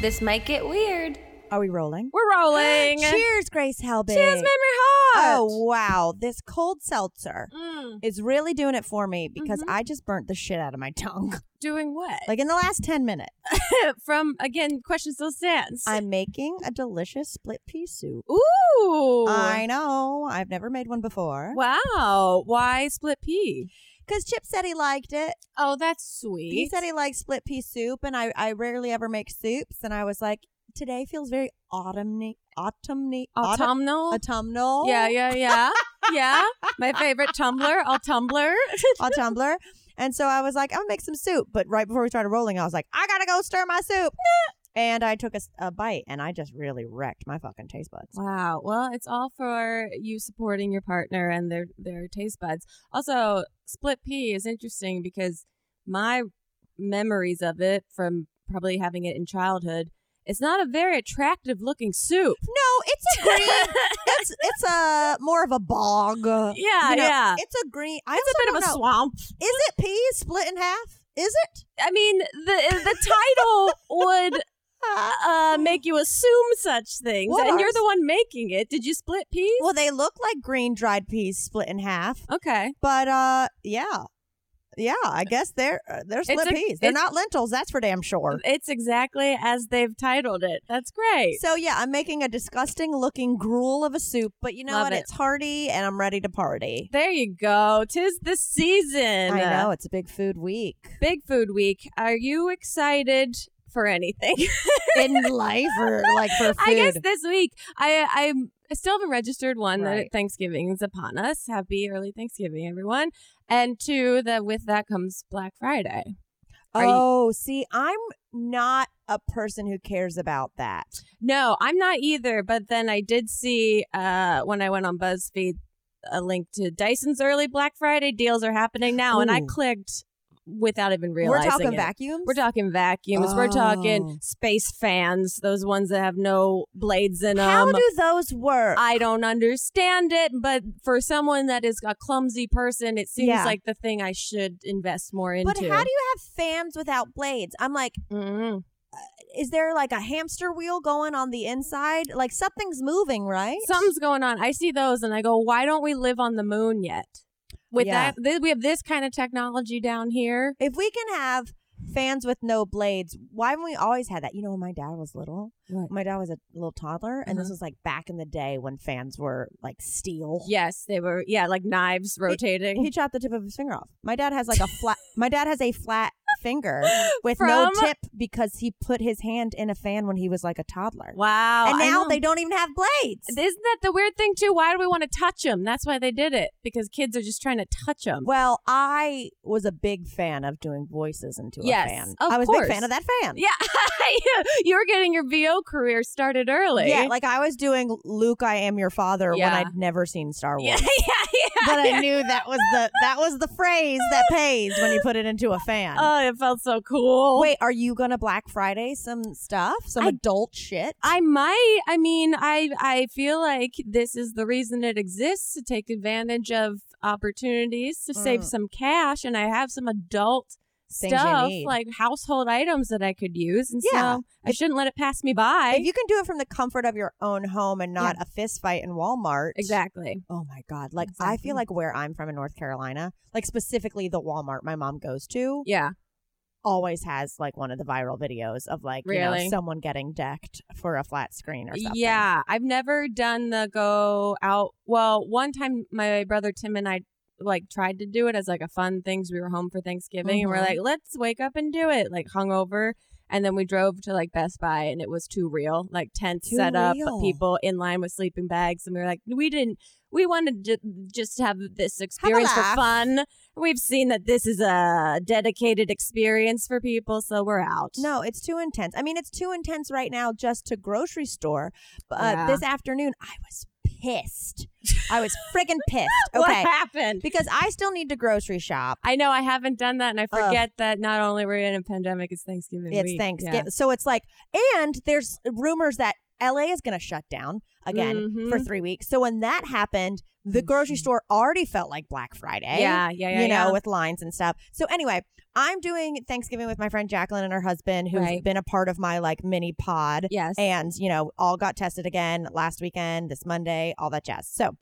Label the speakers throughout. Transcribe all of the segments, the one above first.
Speaker 1: This might get weird.
Speaker 2: Are we rolling?
Speaker 3: We're rolling.
Speaker 2: Cheers, Grace Helbig.
Speaker 3: Cheers, made me hot.
Speaker 2: Oh wow, this cold seltzer
Speaker 3: Mm.
Speaker 2: is really doing it for me because
Speaker 3: Mm-hmm.
Speaker 2: I just burnt the shit out of my tongue.
Speaker 3: Doing what?
Speaker 2: Like in the last ten minutes,
Speaker 3: From again, question still stands.
Speaker 2: I'm making a delicious split pea soup.
Speaker 3: Ooh.
Speaker 2: I know I've never made one before
Speaker 3: Wow. Why split pea?
Speaker 2: because Chip said he liked it.
Speaker 3: Oh, that's
Speaker 2: He
Speaker 3: sweet.
Speaker 2: said he liked split pea soup, and I I rarely ever make soups, and I was like, today feels very autumny, autumny, autumn,
Speaker 3: Autumnal.
Speaker 2: autumnal.
Speaker 3: yeah, yeah, yeah. yeah. My favorite tumbler. I'll tumbler.
Speaker 2: a tumbler. And so I was like, I'll make some soup. But right before we started rolling, I was like, I gotta go stir my soup. And I took a, s- a bite and I just really wrecked my fucking taste buds.
Speaker 3: Wow. Well, it's all for you supporting your partner and their their taste buds. Also, split pea is interesting because my memories of it from probably having it in childhood, it's not a very attractive looking soup.
Speaker 2: No, it's a green. it's, it's a more of a bog. Yeah,
Speaker 3: Yeah, yeah.
Speaker 2: It's a green. I
Speaker 3: It's a
Speaker 2: also
Speaker 3: bit of a
Speaker 2: don't know.
Speaker 3: swamp.
Speaker 2: Is it peas split in half? Is it?
Speaker 3: I mean, the the title would uh, make you assume such things,
Speaker 2: What
Speaker 3: and
Speaker 2: are
Speaker 3: you're
Speaker 2: s-
Speaker 3: the one making it. Did you split peas?
Speaker 2: Well, they look like green dried peas split in half,
Speaker 3: okay.
Speaker 2: but uh, yeah, yeah. I guess they're uh, they're split
Speaker 3: a-
Speaker 2: peas. They're
Speaker 3: it's-
Speaker 2: not lentils, that's for damn sure.
Speaker 3: It's exactly as they've titled it. That's great.
Speaker 2: So yeah, I'm making a disgusting looking gruel of a soup, but you know
Speaker 3: Love
Speaker 2: what?
Speaker 3: it.
Speaker 2: It's hearty and I'm ready to party.
Speaker 3: There you go. Tis the season.
Speaker 2: I know it's a big food week
Speaker 3: Big Food Week. Are you excited for anything?
Speaker 2: in life or like for food.
Speaker 3: I guess this week I I'm- I still haven't registered one
Speaker 2: Right.
Speaker 3: that Thanksgiving is upon us. Happy early Thanksgiving, everyone. And two, that with that comes Black Friday. Are you-
Speaker 2: oh, see, I'm not a person who cares about that.
Speaker 3: No, I'm not either. But then I did see uh, when I went on BuzzFeed a link to Dyson's early Black Friday deals are happening now, and I
Speaker 2: Ooh.
Speaker 3: clicked without even
Speaker 2: We're
Speaker 3: realizing.
Speaker 2: talking
Speaker 3: it.
Speaker 2: vacuums.
Speaker 3: We're talking vacuums. We're
Speaker 2: Oh.
Speaker 3: talking space fans. Those ones that have no blades in
Speaker 2: How
Speaker 3: them.
Speaker 2: do those work?
Speaker 3: I don't understand it, but for someone that is a clumsy person, it seems
Speaker 2: Yeah.
Speaker 3: like the thing I should invest more into.
Speaker 2: but how do you have fans without blades? I'm like,
Speaker 3: Mhm.
Speaker 2: is there like a hamster wheel going on the inside? Like something's moving, right?
Speaker 3: Something's going on. I see those and I go, why don't we live on the moon yet? With
Speaker 2: Yeah.
Speaker 3: that, th- we have this kind of technology down here.
Speaker 2: If we can have fans with no blades, why haven't we always had that? You know, when my dad was little,
Speaker 3: What?
Speaker 2: my dad was a little toddler, and this was like back in the day when fans were like steel.
Speaker 3: Yes, they were. Uh-huh. Yeah, like knives rotating.
Speaker 2: He chopped the tip of his finger off. My dad has like a flat. my dad has a flat finger with no
Speaker 3: From-
Speaker 2: tip because he put his hand in a fan when he was like a toddler.
Speaker 3: wow.
Speaker 2: And
Speaker 3: I
Speaker 2: now
Speaker 3: know.
Speaker 2: they don't even have blades.
Speaker 3: Isn't that the weird thing too? Why do we want to touch them? That's why they did it because kids are just trying to touch them.
Speaker 2: well, I was a big fan of doing voices into
Speaker 3: Yes,
Speaker 2: a fan.
Speaker 3: of
Speaker 2: I was a big fan
Speaker 3: course.
Speaker 2: of that fan.
Speaker 3: Yeah, you were getting your VO career started early.
Speaker 2: Yeah, like I was doing Luke, I am your father when
Speaker 3: Yeah.
Speaker 2: I'd never seen Star Wars.
Speaker 3: yeah, yeah, yeah.
Speaker 2: But I knew that was the that was the phrase that pays when you put it into a fan.
Speaker 3: Oh, it felt so cool.
Speaker 2: Wait, are you gonna Black Friday some stuff? Some
Speaker 3: I-
Speaker 2: adult shit?
Speaker 3: I might. I mean, I I feel like this is the reason it exists to take advantage of opportunities to save
Speaker 2: Mm.
Speaker 3: some cash, and I have some adult
Speaker 2: Things you
Speaker 3: stuff
Speaker 2: need.
Speaker 3: like household items that I could use, and
Speaker 2: Yeah.
Speaker 3: so I shouldn't let it pass me by.
Speaker 2: if you can do it from the comfort of your own home and not a fist fight in Walmart.
Speaker 3: exactly.
Speaker 2: Oh my God. Like I
Speaker 3: Exactly.
Speaker 2: feel like where I'm from in North Carolina, like specifically the Walmart my mom goes to,
Speaker 3: Yeah.
Speaker 2: always has like one of the viral videos of like, you know,
Speaker 3: Really?
Speaker 2: someone getting decked for a flat screen or something.
Speaker 3: Yeah, I've never done the go out. Well, one time my brother Tim and I like tried to do it as like a fun thing. 'cause We were home for Thanksgiving and we're
Speaker 2: Mhm.
Speaker 3: like, let's wake up and do it, like hungover. And then we drove to like Best Buy and it was too real, like tents
Speaker 2: Too
Speaker 3: set up,
Speaker 2: real.
Speaker 3: people in line with sleeping bags, and we were like, we didn't. We wanted to just have this experience for
Speaker 2: laugh.
Speaker 3: fun. We've seen that this is a dedicated experience for people, so we're out.
Speaker 2: No, it's too intense. I mean, it's too intense right now just to grocery store. But uh,
Speaker 3: Yeah.
Speaker 2: this afternoon, I was pissed. I was friggin' pissed.
Speaker 3: What
Speaker 2: Okay.
Speaker 3: happened?
Speaker 2: because I still need to grocery shop.
Speaker 3: I know I haven't done that, and I
Speaker 2: Ugh.
Speaker 3: forget that not only we're in a pandemic, it's Thanksgiving.
Speaker 2: It's
Speaker 3: week.
Speaker 2: Thanksgiving.
Speaker 3: Yeah.
Speaker 2: So it's like, and there's rumors that LA is going to shut down again
Speaker 3: Mhm.
Speaker 2: for three weeks. So when that happened, the grocery
Speaker 3: Mhm.
Speaker 2: store already felt like Black Friday.
Speaker 3: yeah, yeah, yeah,
Speaker 2: you know,
Speaker 3: yeah.
Speaker 2: with lines and stuff. So anyway, I'm doing Thanksgiving with my friend Jacqueline and her husband, who's
Speaker 3: Right.
Speaker 2: been a part of my like mini pod.
Speaker 3: yes,
Speaker 2: And, you know, all got tested again last weekend, this Monday, all that jazz. So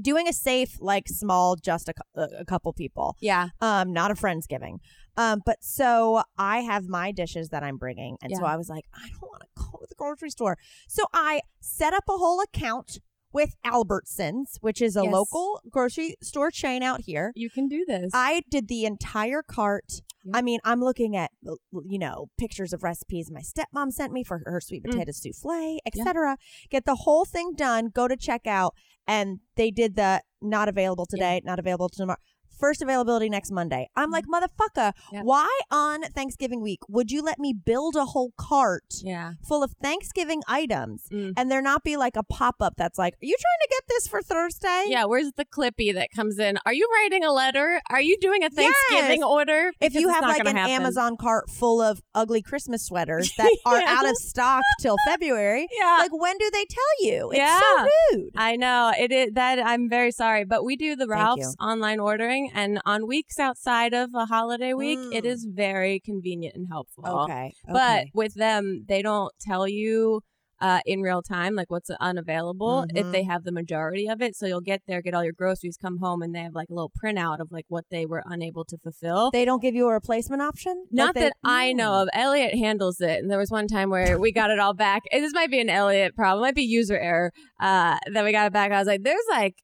Speaker 2: doing a safe, like small, just a, cou- a couple people,
Speaker 3: yeah,
Speaker 2: um, not a friendsgiving. Um, but so I have my dishes that I'm bringing. And so
Speaker 3: Yeah.
Speaker 2: I was like, I don't want to go to the grocery store. So I set up a whole account with Albertsons, which is a
Speaker 3: Yes.
Speaker 2: local grocery store chain out here.
Speaker 3: you can do this.
Speaker 2: I did the entire cart.
Speaker 3: Yeah.
Speaker 2: I mean, I'm looking at l- l- you know pictures of recipes my stepmom sent me for her sweet
Speaker 3: Mm.
Speaker 2: potato souffle,
Speaker 3: Yeah.
Speaker 2: etc. Get the whole thing done. Go to checkout, and they did the not available today, not available tomorrow. First availability next Monday. I'm like, motherfucker,
Speaker 3: Mm-hmm. Yeah.
Speaker 2: why on Thanksgiving week would you let me build a whole cart
Speaker 3: yeah,
Speaker 2: full of Thanksgiving items
Speaker 3: Mm.
Speaker 2: and there not be like a pop up that's like, are you trying to get this for Thursday?
Speaker 3: yeah. Where's the Clippy that comes in? Are you writing a letter? Are you doing a
Speaker 2: Yes.
Speaker 3: Thanksgiving order?
Speaker 2: if
Speaker 3: Because
Speaker 2: you
Speaker 3: it's
Speaker 2: have
Speaker 3: not
Speaker 2: like
Speaker 3: gonna
Speaker 2: an
Speaker 3: happen.
Speaker 2: Amazon cart full of ugly Christmas sweaters that are
Speaker 3: Yeah.
Speaker 2: out of stock till February,
Speaker 3: yeah,
Speaker 2: like when do they tell you? It's
Speaker 3: Yeah.
Speaker 2: so rude.
Speaker 3: I know it is that I'm very sorry, but we do the Ralph's online ordering, and on weeks outside of a holiday week, it
Speaker 2: Mm.
Speaker 3: is very convenient and helpful.
Speaker 2: Okay,
Speaker 3: Uh-huh. But with them, they don't tell you uh, in real time like what's unavailable if
Speaker 2: Mhm.
Speaker 3: they have the majority of it. So you'll get there, get all your groceries, come home, and they have like a little printout of like what they were unable to fulfill.
Speaker 2: they don't give you a replacement option. Like
Speaker 3: Not
Speaker 2: they- Mm.
Speaker 3: that I know of. Elliot handles it. And there was one time where we got it all back. And this might be an Elliot problem, it might be user error. Uh, that we got it back. I was like, there's like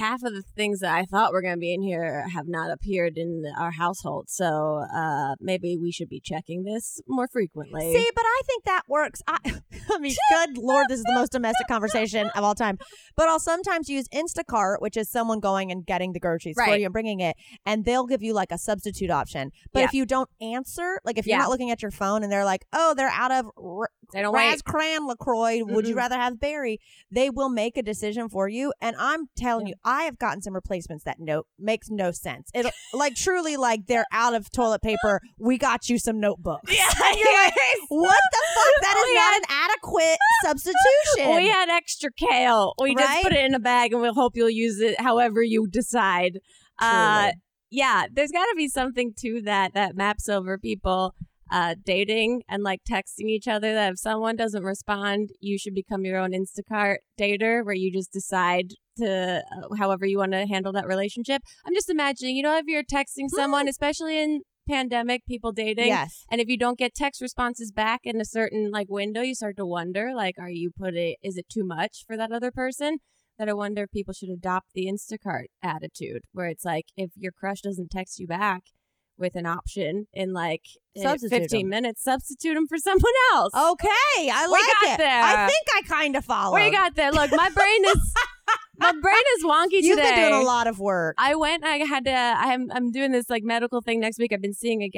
Speaker 3: half of the things that I thought were going to be in here have not appeared in our household. So uh, maybe we should be checking this more frequently.
Speaker 2: See, but I think that works. I, I mean, good lord, this is the most domestic conversation of all time. But I'll sometimes use Instacart, which is someone going and getting the groceries for
Speaker 3: Right.
Speaker 2: you and bringing it, and they'll give you like a substitute option. But
Speaker 3: Yeah.
Speaker 2: if you don't answer, like if you're
Speaker 3: Yeah.
Speaker 2: not looking at your phone and they're like, "Oh, they're out of r-
Speaker 3: they don't
Speaker 2: Raz
Speaker 3: wait.
Speaker 2: Cran LaCroix, would you
Speaker 3: Mm-mm.
Speaker 2: rather have berry? They will make a decision for you. And I'm telling
Speaker 3: Yeah.
Speaker 2: you, I have gotten some replacements that no makes no sense. It'll like truly like they're out of toilet paper. We got you some notebooks. And you're like, what the fuck? That is
Speaker 3: We
Speaker 2: not an adequate substitution.
Speaker 3: We had extra kale. We
Speaker 2: Right?
Speaker 3: just put it in a bag and we'll hope you'll use it however you decide. Uh,
Speaker 2: Truly.
Speaker 3: yeah, there's got to be something to that that maps over people uh, dating and like texting each other that if someone doesn't respond, you should become your own Instacart dater where you just decide to uh, however you want to handle that relationship. I'm just imagining, you know, if you're texting someone, especially in pandemic, people dating.
Speaker 2: yes.
Speaker 3: And if you don't get text responses back in a certain like window, you start to wonder like, are you putting? Is it too much for that other person? That I wonder if people should adopt the Instacart attitude, where it's like if your crush doesn't text you back with an option in like eh,
Speaker 2: Substitute Oh,
Speaker 3: 15
Speaker 2: 'em.
Speaker 3: minutes, substitute him for someone else.
Speaker 2: Okay. I
Speaker 3: We
Speaker 2: like
Speaker 3: got
Speaker 2: it.
Speaker 3: there.
Speaker 2: I think I kind of follow.
Speaker 3: we got that. Look, my brain is my brain is wonky
Speaker 2: You've
Speaker 3: today.
Speaker 2: been doing a lot of work.
Speaker 3: I went. I had to. I'm I'm doing this like medical thing next week. I've been seeing a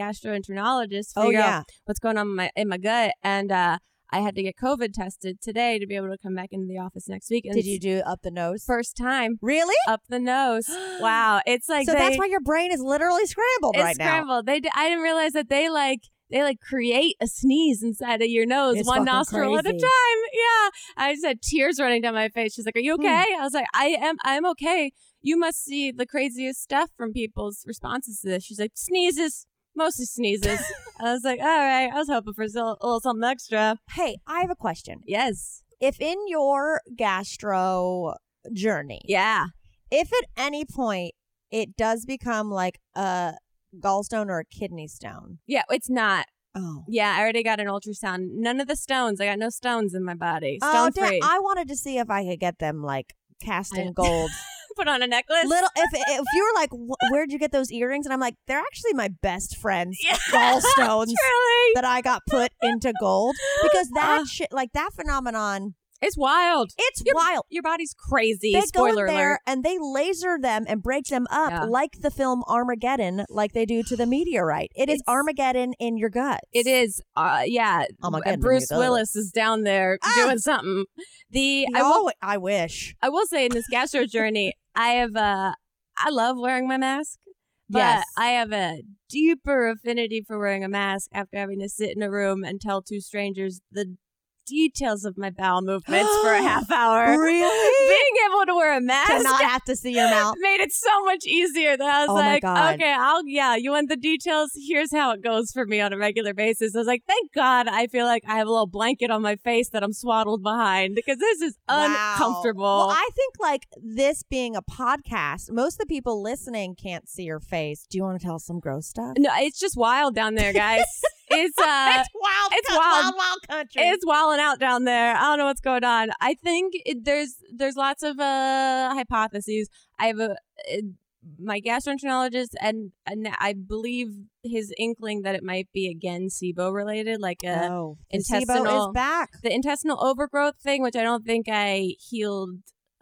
Speaker 3: gastroenterologist.
Speaker 2: oh
Speaker 3: figure out
Speaker 2: yeah.
Speaker 3: what's going on in my, in my gut and uh, i had to get covid tested today to be able to come back into the office next week and
Speaker 2: Did you do up the nose?
Speaker 3: it's the first time
Speaker 2: really?
Speaker 3: up the nose wow it's like
Speaker 2: so
Speaker 3: they,
Speaker 2: that's why your brain is literally scrambled
Speaker 3: it's
Speaker 2: right now.
Speaker 3: scrambled they d- i didn't realize that they like they like create a sneeze inside of your nose,
Speaker 2: It's
Speaker 3: one
Speaker 2: fucking
Speaker 3: nostril at a
Speaker 2: crazy.
Speaker 3: time. Yeah, I just had tears running down my face. She's like, "Are you
Speaker 2: Hmm.
Speaker 3: okay?" I was like, "I am. I'm okay." You must see the craziest stuff from people's responses to this. She's like, "Sneezes, mostly sneezes." I was like, "All right." I was hoping for so- a little something extra.
Speaker 2: Hey, I have a question.
Speaker 3: Yes.
Speaker 2: If in your gastro journey,
Speaker 3: Yeah.
Speaker 2: if at any point it does become like a gallstone or a kidney stone,
Speaker 3: Yeah, it's not.
Speaker 2: oh,
Speaker 3: Yeah, I already got an ultrasound. None of the stones. I got no stones in my body.
Speaker 2: oh,
Speaker 3: Stone
Speaker 2: da-
Speaker 3: free.
Speaker 2: I wanted to see if I could get them like cast
Speaker 3: I-
Speaker 2: in gold.
Speaker 3: Put on a necklace.
Speaker 2: Little, if if you were like, "Wh- where'd you get those earrings? And I'm like, they're actually my best friend's
Speaker 3: Yeah.
Speaker 2: gallstones
Speaker 3: Truly.
Speaker 2: that I got put into gold because
Speaker 3: Uh.
Speaker 2: that shit, like that phenomenon,
Speaker 3: It's wild.
Speaker 2: it's
Speaker 3: Your-
Speaker 2: wild.
Speaker 3: Your body's crazy.
Speaker 2: They go
Speaker 3: Spoiler
Speaker 2: in there
Speaker 3: alert.
Speaker 2: and they laser them and break them up
Speaker 3: Yeah.
Speaker 2: like the film Armageddon, like they do to the meteorite. It is
Speaker 3: It's-
Speaker 2: Armageddon in your guts.
Speaker 3: It is, uh, yeah.
Speaker 2: Oh my
Speaker 3: uh,
Speaker 2: goodness,
Speaker 3: Bruce
Speaker 2: you go.
Speaker 3: Willis is down there
Speaker 2: Ah!
Speaker 3: doing something. The
Speaker 2: We
Speaker 3: I will,
Speaker 2: alwa- I wish.
Speaker 3: I will say in this gastro journey, I have uh, I love wearing my mask. But
Speaker 2: Yes.
Speaker 3: I have a deeper affinity for wearing a mask after having to sit in a room and tell two strangers the details of my bowel movements for a half hour.
Speaker 2: really?
Speaker 3: Being able to wear a mask
Speaker 2: to not have to see your mouth.
Speaker 3: made it so much easier that I was
Speaker 2: Oh my
Speaker 3: like,
Speaker 2: God.
Speaker 3: okay, I'll, yeah, you want the details? Here's how it goes for me on a regular basis. I was like, thank God I feel like I have a little blanket on my face that I'm swaddled behind because this is
Speaker 2: Wow.
Speaker 3: uncomfortable.
Speaker 2: Well, I think like this being a podcast, most of the people listening can't see your face. Do you want to tell some gross stuff?
Speaker 3: no, it's just wild down there, guys. it's, uh,
Speaker 2: it's wild.
Speaker 3: it's
Speaker 2: co-
Speaker 3: wild.
Speaker 2: wild, wild country.
Speaker 3: It's wilding out down there. I don't know what's going on. I think it, there's there's lots of uh hypotheses. I have a uh, my gastroenterologist and, and I believe his inkling that it might be again SIBO related, like a
Speaker 2: oh, placebo
Speaker 3: intestinal-
Speaker 2: is back.
Speaker 3: the intestinal overgrowth thing, which I don't think I healed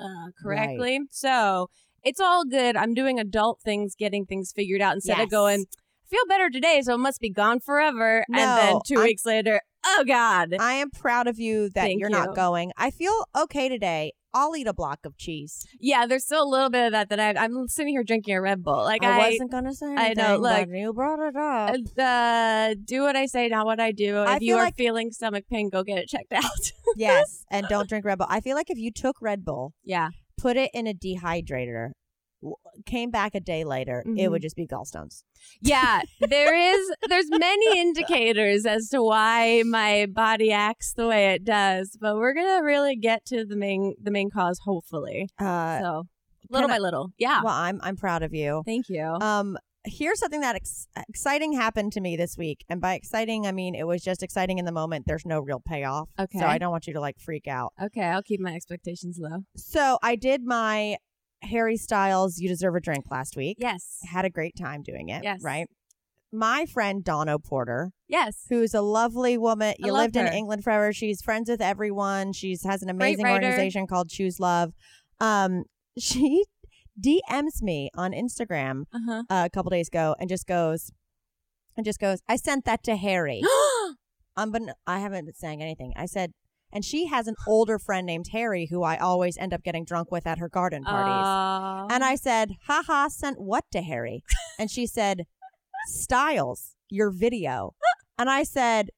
Speaker 3: uh, correctly. So it's all good. I'm doing adult things, getting things figured out instead
Speaker 2: Yes.
Speaker 3: of going. "I Feel better today, so it must be gone forever. and then
Speaker 2: No,
Speaker 3: 2
Speaker 2: I'm-
Speaker 3: weeks later, oh god,
Speaker 2: I am proud of you that
Speaker 3: Thank
Speaker 2: you're
Speaker 3: you.
Speaker 2: not going. I feel okay today. I'll eat a block of cheese.
Speaker 3: Yeah, there's still a little bit of that that I, I'm sitting here drinking a Red Bull. Like
Speaker 2: I,
Speaker 3: I,
Speaker 2: wasn't gonna say
Speaker 3: I
Speaker 2: anything.
Speaker 3: know,
Speaker 2: but you brought it up.
Speaker 3: uh, do what I say, not what I do. If
Speaker 2: I
Speaker 3: you
Speaker 2: feel
Speaker 3: are
Speaker 2: like-
Speaker 3: feeling stomach pain, go get it checked out.
Speaker 2: yes, and don't drink Red Bull. I feel like if you took Red Bull,
Speaker 3: yeah,
Speaker 2: put it in a dehydrator, w- came back a day later, it
Speaker 3: Mhm.
Speaker 2: would just be gallstones.
Speaker 3: yeah. There is there's many indicators as to why my body acts the way it does, but we're gonna really get to the main the main cause, hopefully.
Speaker 2: Uh,
Speaker 3: so little
Speaker 2: can
Speaker 3: by
Speaker 2: I-
Speaker 3: little, yeah.
Speaker 2: Well, I'm I'm proud of you.
Speaker 3: Thank you.
Speaker 2: Um, here's something that ex- exciting happened to me this week, and by exciting I mean it was just exciting in the moment. There's no real payoff,
Speaker 3: Okay.
Speaker 2: so I don't want you to like freak out.
Speaker 3: okay, I'll keep my expectations low.
Speaker 2: So I did my Harry Styles "You Deserve a Drink" last week.
Speaker 3: Yes,
Speaker 2: had a great time doing it.
Speaker 3: Yes.
Speaker 2: Right. My friend Dawn O'Porter,
Speaker 3: yes.
Speaker 2: who's a lovely woman. You
Speaker 3: love
Speaker 2: lived in
Speaker 3: her.
Speaker 2: England forever. She's friends with everyone. She's has an amazing
Speaker 3: writer.
Speaker 2: organization called Choose Love. Um, she DMs me on Instagram
Speaker 3: Uh huh.
Speaker 2: uh, a couple days ago and just goes, and just goes, I sent that to Harry. um, but I haven't been saying anything. I said, and she has an older friend named Harry who I always end up getting drunk with at her garden parties. And
Speaker 3: Um,
Speaker 2: I said, haha, sent what to Harry? And she said, Styles, your video. And I said,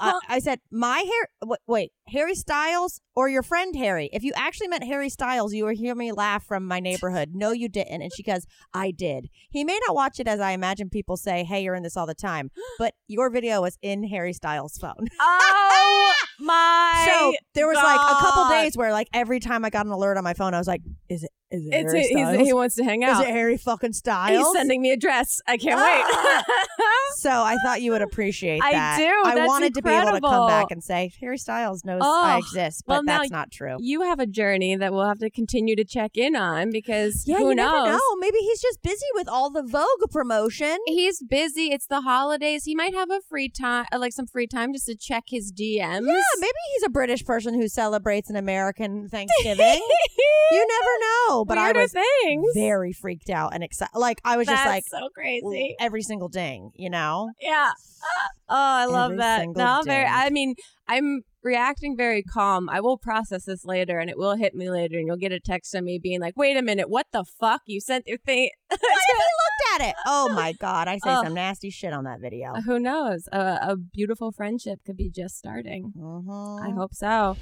Speaker 2: I,
Speaker 3: Huh.
Speaker 2: I said, my hair, wait, wait, Harry Styles or your friend Harry? If you actually meant Harry Styles, you would hear me laugh from my neighborhood. No, you didn't. And she goes, I did. He may not watch it as I imagine people say, hey, you're in this all the time, but your video was in Harry Styles' phone.
Speaker 3: oh my!
Speaker 2: so there was like a couple
Speaker 3: God.
Speaker 2: days where, like, every time I got an alert on my phone, I was like, is it, is it
Speaker 3: It's
Speaker 2: Harry
Speaker 3: he's-
Speaker 2: Styles?
Speaker 3: he wants to hang
Speaker 2: Is
Speaker 3: out.
Speaker 2: it Harry fucking Styles?
Speaker 3: He's sending me a dress. I can't Ah.
Speaker 2: so I thought you would appreciate
Speaker 3: I
Speaker 2: that.
Speaker 3: do.
Speaker 2: I
Speaker 3: That's
Speaker 2: wanted to be able to come back
Speaker 3: incredible.
Speaker 2: and say Harry Styles knows
Speaker 3: Oh,
Speaker 2: I exist, but
Speaker 3: well, now
Speaker 2: that's not true.
Speaker 3: wait. you have a journey that we'll have to continue to check in on because
Speaker 2: Yeah,
Speaker 3: who
Speaker 2: you
Speaker 3: knows?
Speaker 2: never know. Maybe he's just busy with all the Vogue promotion.
Speaker 3: He's busy. It's the holidays. He might have a free time, uh, like some free time, just to check his DMs.
Speaker 2: Yeah, maybe he's a British person who celebrates an American Thanksgiving. you never know. But
Speaker 3: Weirder
Speaker 2: I was
Speaker 3: things.
Speaker 2: very freaked out and excited. Like I was
Speaker 3: That's
Speaker 2: just like
Speaker 3: so crazy.
Speaker 2: every single ding, you know.
Speaker 3: Yeah. Ah. Oh, I love
Speaker 2: Every
Speaker 3: that.
Speaker 2: single
Speaker 3: No, I'm very,
Speaker 2: ding.
Speaker 3: I mean, I'm reacting very calm. I will process this later and it will hit me later and you'll get a text from me being like, wait a minute, what the fuck? You sent your thing.
Speaker 2: Looked at it. Oh my god, I say
Speaker 3: Ugh.
Speaker 2: some nasty shit on that video.
Speaker 3: Who knows? A, a beautiful friendship could be just starting. I
Speaker 2: Mhm.
Speaker 3: hope so.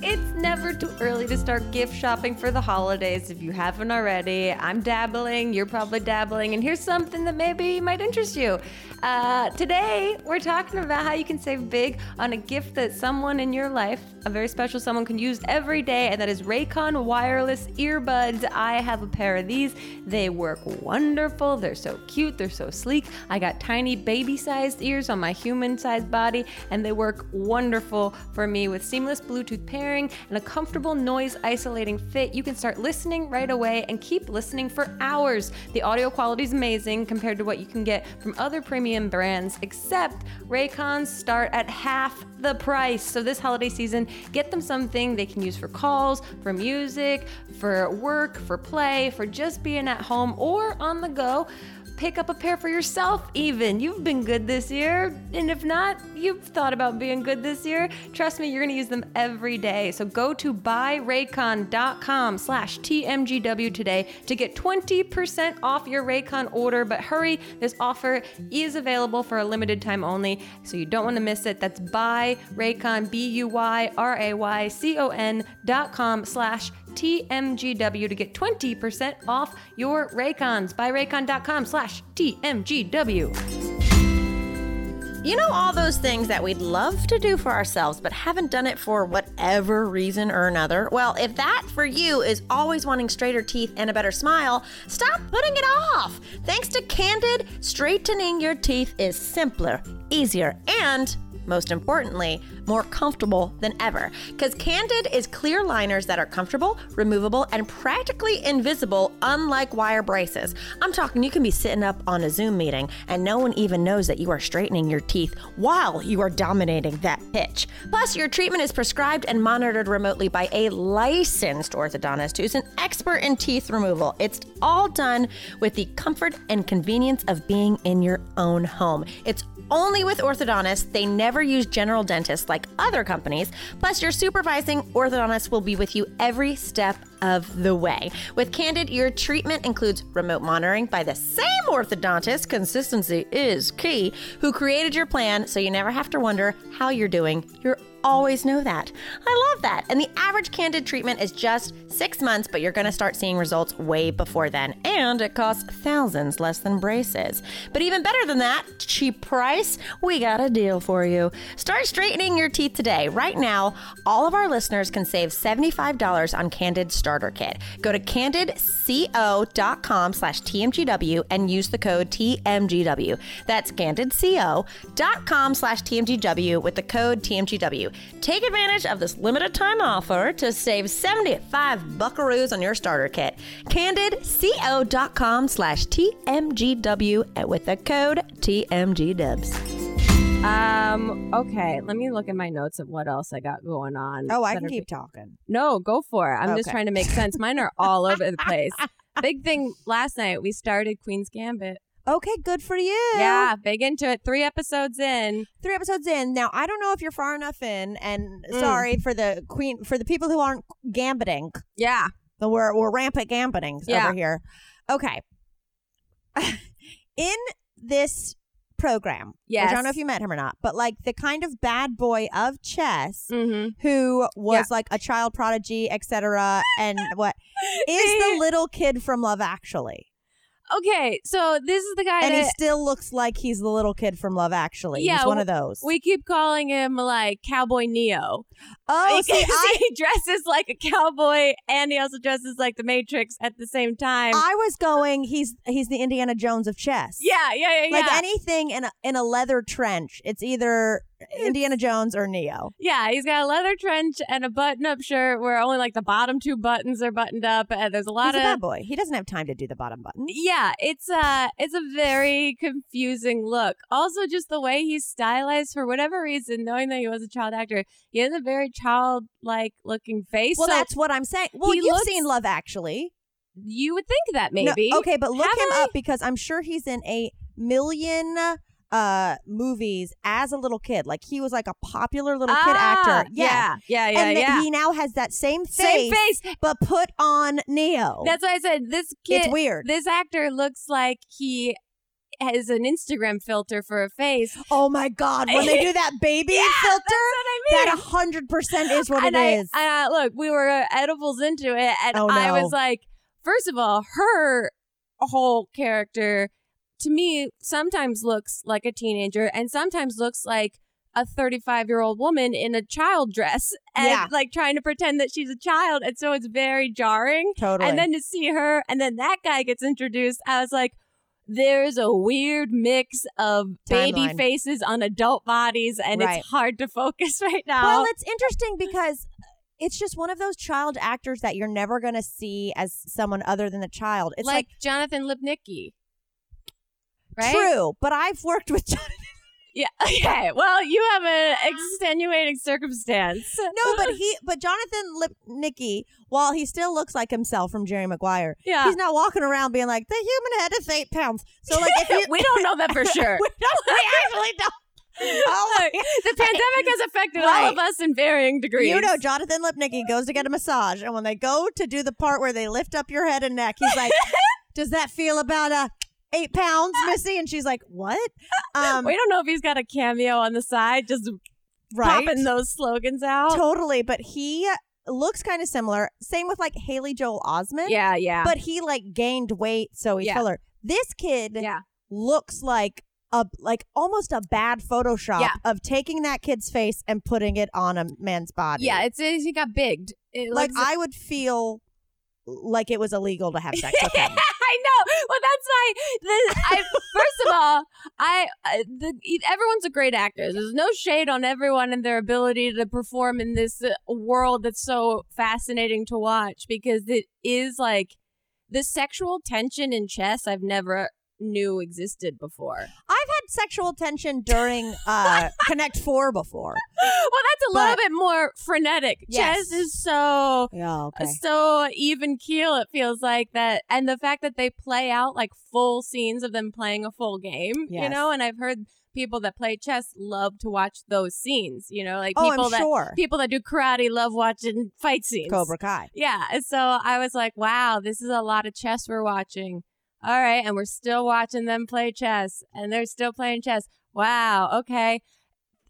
Speaker 4: It's never too early to start gift shopping for the holidays if you haven't already. I'm dabbling, you're probably dabbling, and here's something that maybe might interest you. Uh, today, we're talking about how you can save big on a gift that someone in your life, a very special someone, can use every day, and that is Raycon wireless earbuds. I have a pair of these. They work wonderful, they're so cute, they're so sleek. I got tiny baby sized ears on my human sized body, and they work wonderful for me with seamless Bluetooth pairing and a comfortable noise isolating fit. You can start listening right away and keep listening for hours. The audio quality is amazing compared to what you can get from other premium brands, except Raycons start at half the price. So this holiday season, get them something they can use for calls, for music, for work, for play, for just being at home or on the go.
Speaker 5: pick up a pair for yourself, even. You've been good this year. And if not, you've thought about being good this year. Trust me, you're going to use them every day. So go to buyraycon.com slash TMGW today to get 20% off your Raycon order. But hurry, this offer is available for a limited time only. So you don't want to miss it. That's buyraycon, B U Y R A Y C O N dot com slash TMGW to get 20% off your Raycons by raycon.com slash TMGW.
Speaker 2: You know, all those things that we'd love to do for ourselves, but haven't done it for whatever reason or another? Well, if that for you is always wanting straighter teeth and a better smile, stop putting it off. Thanks to Candid, straightening your teeth is simpler, easier, and most importantly, more comfortable than ever. Because Candid is clear liners that are comfortable, removable, and practically invisible, unlike wire braces. I'm talking you can be sitting up on a Zoom meeting and no one even knows that you are straightening your teeth while you are dominating that pitch. Plus, your treatment is prescribed and monitored remotely by a licensed orthodontist who's an expert in teeth removal. It's all done with the comfort and convenience of being in your own home. It's only with orthodontists. They never use general dentists like other companies. Plus, your supervising orthodontist will be with you every step of the way. With Candid, your treatment includes remote monitoring by the same orthodontist, consistency is key, who created your plan so you never have to wonder how you're doing. You're always know that. I love that. And the average candid treatment is just six months, but you're going to start seeing results way before then. And it costs thousands less than braces. But even better than that, cheap price, we got a deal for you. Start straightening your teeth today. Right now, all of our listeners can save $75 on Candid Starter Kit. Go to candidco.com slash TMGW and use the code TMGW. That's candidco.com slash TMGW with the code TMGW. Take advantage of this limited time offer to save 75 buckaroos on your starter kit. CandidCO.com slash TMGW and with the code TMGDubs.
Speaker 3: Um. Okay. Let me look at my notes of what else I got going on.
Speaker 6: Oh, I
Speaker 3: that
Speaker 6: can
Speaker 3: are
Speaker 6: keep talking.
Speaker 3: No, go for it. I'm just
Speaker 6: Okay.
Speaker 3: trying to make sense. Mine are all over the place. Big thing last night, we started Queen's Gambit.
Speaker 6: Okay, good for you.
Speaker 3: Yeah, big into it. Three episodes in.
Speaker 6: three episodes in. Now I don't know if you're far enough in, and sorry for the queen for the people who aren't gambiting.
Speaker 3: Yeah.
Speaker 6: The we're we're rampant gambiting
Speaker 3: Yeah.
Speaker 6: over here. Okay, in this program, which I don't know if
Speaker 3: Yes.
Speaker 6: you met him or not, but like the kind of bad boy of chess.
Speaker 3: Mm-hmm.
Speaker 6: Who was like a child prodigy, etc., and what is the
Speaker 3: See?
Speaker 6: little kid from Love Actually?
Speaker 3: Okay, so this is the guy
Speaker 6: And he
Speaker 3: that
Speaker 6: still looks like he's the little kid from Love Actually.
Speaker 3: Yeah,
Speaker 6: he's one of those.
Speaker 3: we keep calling him like Cowboy Neo.
Speaker 6: oh, see,
Speaker 3: because
Speaker 6: I
Speaker 3: he dresses like a cowboy and he also dresses like the Matrix at the same time.
Speaker 6: I was going. He's he's the Indiana Jones of chess.
Speaker 3: yeah, yeah, yeah, yeah.
Speaker 6: like anything in a in a leather trench, it's either Indiana Jones or Neo.
Speaker 3: Yeah, he's got a leather trench and a button-up shirt where only like the bottom two buttons are buttoned up, and there's a lot
Speaker 6: He's a
Speaker 3: of
Speaker 6: bad boy. He doesn't have time to do the bottom button.
Speaker 3: yeah, it's a it's a very confusing look. Also, just the way he's stylized for whatever reason, knowing that he was a child actor, he has a very childlike looking face.
Speaker 6: Well,
Speaker 3: so
Speaker 6: that's what I'm saying. Well,
Speaker 3: he
Speaker 6: you've
Speaker 3: looks-
Speaker 6: seen Love Actually.
Speaker 3: you would think that
Speaker 6: No,
Speaker 3: maybe
Speaker 6: okay, but look
Speaker 3: Have
Speaker 6: him
Speaker 3: I?
Speaker 6: up because I'm sure he's in a million uh movies as a little kid. Like he was like a popular little kid actor. Yeah.
Speaker 3: yeah, Ah, yeah, yeah,
Speaker 6: and
Speaker 3: yeah.
Speaker 6: that he now has that same face,
Speaker 3: Same face.
Speaker 6: but put on Neo.
Speaker 3: That's why I said this kid.
Speaker 6: it's weird.
Speaker 3: This actor looks like he has an Instagram filter for a face.
Speaker 6: Oh my God! When they do that baby
Speaker 3: Yeah,
Speaker 6: filter,
Speaker 3: That's what I mean.
Speaker 6: that a hundred percent is what
Speaker 3: and
Speaker 6: it
Speaker 3: I,
Speaker 6: is.
Speaker 3: I- look, we were uh, edibles into it, and
Speaker 6: Oh,
Speaker 3: I
Speaker 6: no.
Speaker 3: was like, first of all, her whole character to me sometimes looks like a teenager, and sometimes looks like a 35 year old woman in a child dress and
Speaker 6: Yeah.
Speaker 3: like trying to pretend that she's a child. And so it's very jarring.
Speaker 6: totally.
Speaker 3: And then to see her, and then that guy gets introduced. I was like, there's a weird mix of baby
Speaker 6: Timeline.
Speaker 3: faces on adult bodies, and
Speaker 6: Right.
Speaker 3: it's hard to focus right now.
Speaker 6: well, it's interesting because it's just one of those child actors that you're never going to see as someone other than the child. It's like,
Speaker 3: Jonathan Lipnicki. Right?
Speaker 6: true, but I've worked with.
Speaker 3: Yeah. Okay. Well, you have an extenuating circumstance.
Speaker 6: No, but he, but Jonathan Lipnicki, while he still looks like himself from Jerry Maguire,
Speaker 3: Yeah.
Speaker 6: he's not walking around being like the human head is eight pounds. So like, if you,
Speaker 3: we don't know that for sure.
Speaker 6: we, don't, we actually don't. Oh my-
Speaker 3: the pandemic has affected all of us in varying degrees.
Speaker 6: You know, Jonathan Lipnicki goes to get a massage, and when they go to do the part where they lift up your head and neck, he's like, "Does that feel about uh, eight pounds, Missy?" And she's like, "What?" Um,
Speaker 3: we don't know if he's got a cameo on the side, just
Speaker 6: right?
Speaker 3: popping those slogans out.
Speaker 6: Totally, but he looks kind of similar. Same with like Haley Joel Osment.
Speaker 3: Yeah, yeah.
Speaker 6: but he like gained weight, so he's
Speaker 3: Yeah.
Speaker 6: filler. This kid
Speaker 3: Yeah.
Speaker 6: looks like a like almost a bad Photoshop
Speaker 3: Yeah.
Speaker 6: of taking that kid's face and putting it on a man's body.
Speaker 3: yeah, it's, it's he got bigged. It
Speaker 6: like
Speaker 3: looks-
Speaker 6: I would feel like it was illegal to have sex with
Speaker 3: I
Speaker 6: him.
Speaker 3: know. Well, that's why. The, I, first of all, I uh, the, everyone's a great actor. There's no shade on everyone and their ability to perform in this uh, world that's so fascinating to watch because it is like the sexual tension in chess I've never knew existed before.
Speaker 6: I've had sexual tension during uh, Connect Four before.
Speaker 3: Well, that's a little
Speaker 6: But-
Speaker 3: bit more frenetic.
Speaker 6: Yes.
Speaker 3: Chess is so
Speaker 6: Yeah, okay.
Speaker 3: so even keel it feels like that and the fact that they play out like full scenes of them playing a full game you
Speaker 6: Yes.
Speaker 3: know and i've heard people that play chess love to watch those scenes you know like
Speaker 6: Oh,
Speaker 3: people
Speaker 6: I'm
Speaker 3: that
Speaker 6: sure.
Speaker 3: people that do karate love watching fight scenes
Speaker 6: Cobra Kai.
Speaker 3: yeah and so i was like wow this is a lot of chess we're watching all right and we're still watching them play chess and they're still playing chess wow okay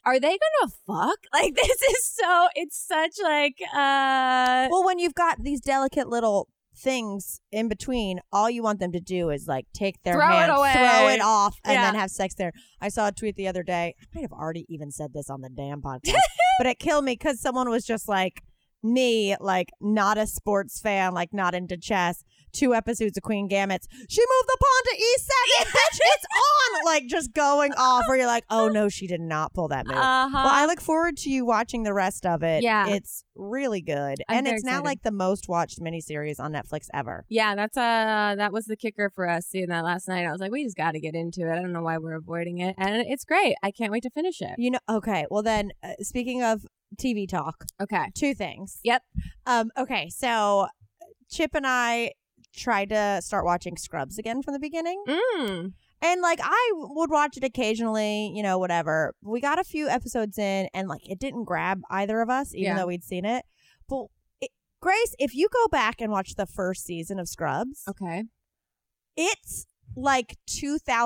Speaker 3: are they gonna fuck like this is so it's such like uh
Speaker 6: Well, when you've got these delicate little things in between, all you want them to do is like take their
Speaker 3: Throw it
Speaker 6: hand, throw
Speaker 3: away.
Speaker 6: it off, and
Speaker 3: Yeah.
Speaker 6: then have sex there. I saw a tweet the other day. I might have already even said this on the damn podcast, but it killed me because someone was just like me, like not a sports fan, like not into chess. Two episodes of Queen Gamuts. She moved the pawn to e7. Bitch, it's on. Like just going off, where you're like, oh no, she did not pull that move.
Speaker 3: Uh
Speaker 6: Well,
Speaker 3: huh.
Speaker 6: I look forward to you watching the rest of it.
Speaker 3: Yeah.
Speaker 6: It's really good.
Speaker 3: I'm
Speaker 6: and
Speaker 3: very
Speaker 6: it's now
Speaker 3: excited.
Speaker 6: like the most watched miniseries on Netflix ever.
Speaker 3: Yeah, that's uh that was the kicker for us seeing that last night. I was like, we just got to get into it. I don't know why we're avoiding it, and it's great. I can't wait to finish it.
Speaker 6: You know, okay. Well, then, uh, speaking of TV talk,
Speaker 3: Okay.
Speaker 6: two things.
Speaker 3: Yep.
Speaker 6: Um, okay. So, Chip and I tried to start watching Scrubs again from the beginning.
Speaker 3: Mm.
Speaker 6: And like, I would watch it occasionally, you know, whatever. We got a few episodes in and like, it didn't grab either of us, even
Speaker 3: Yeah.
Speaker 6: though we'd seen it. But it, Grace, if you go back and watch the first season of Scrubs,
Speaker 3: Okay.
Speaker 6: it's like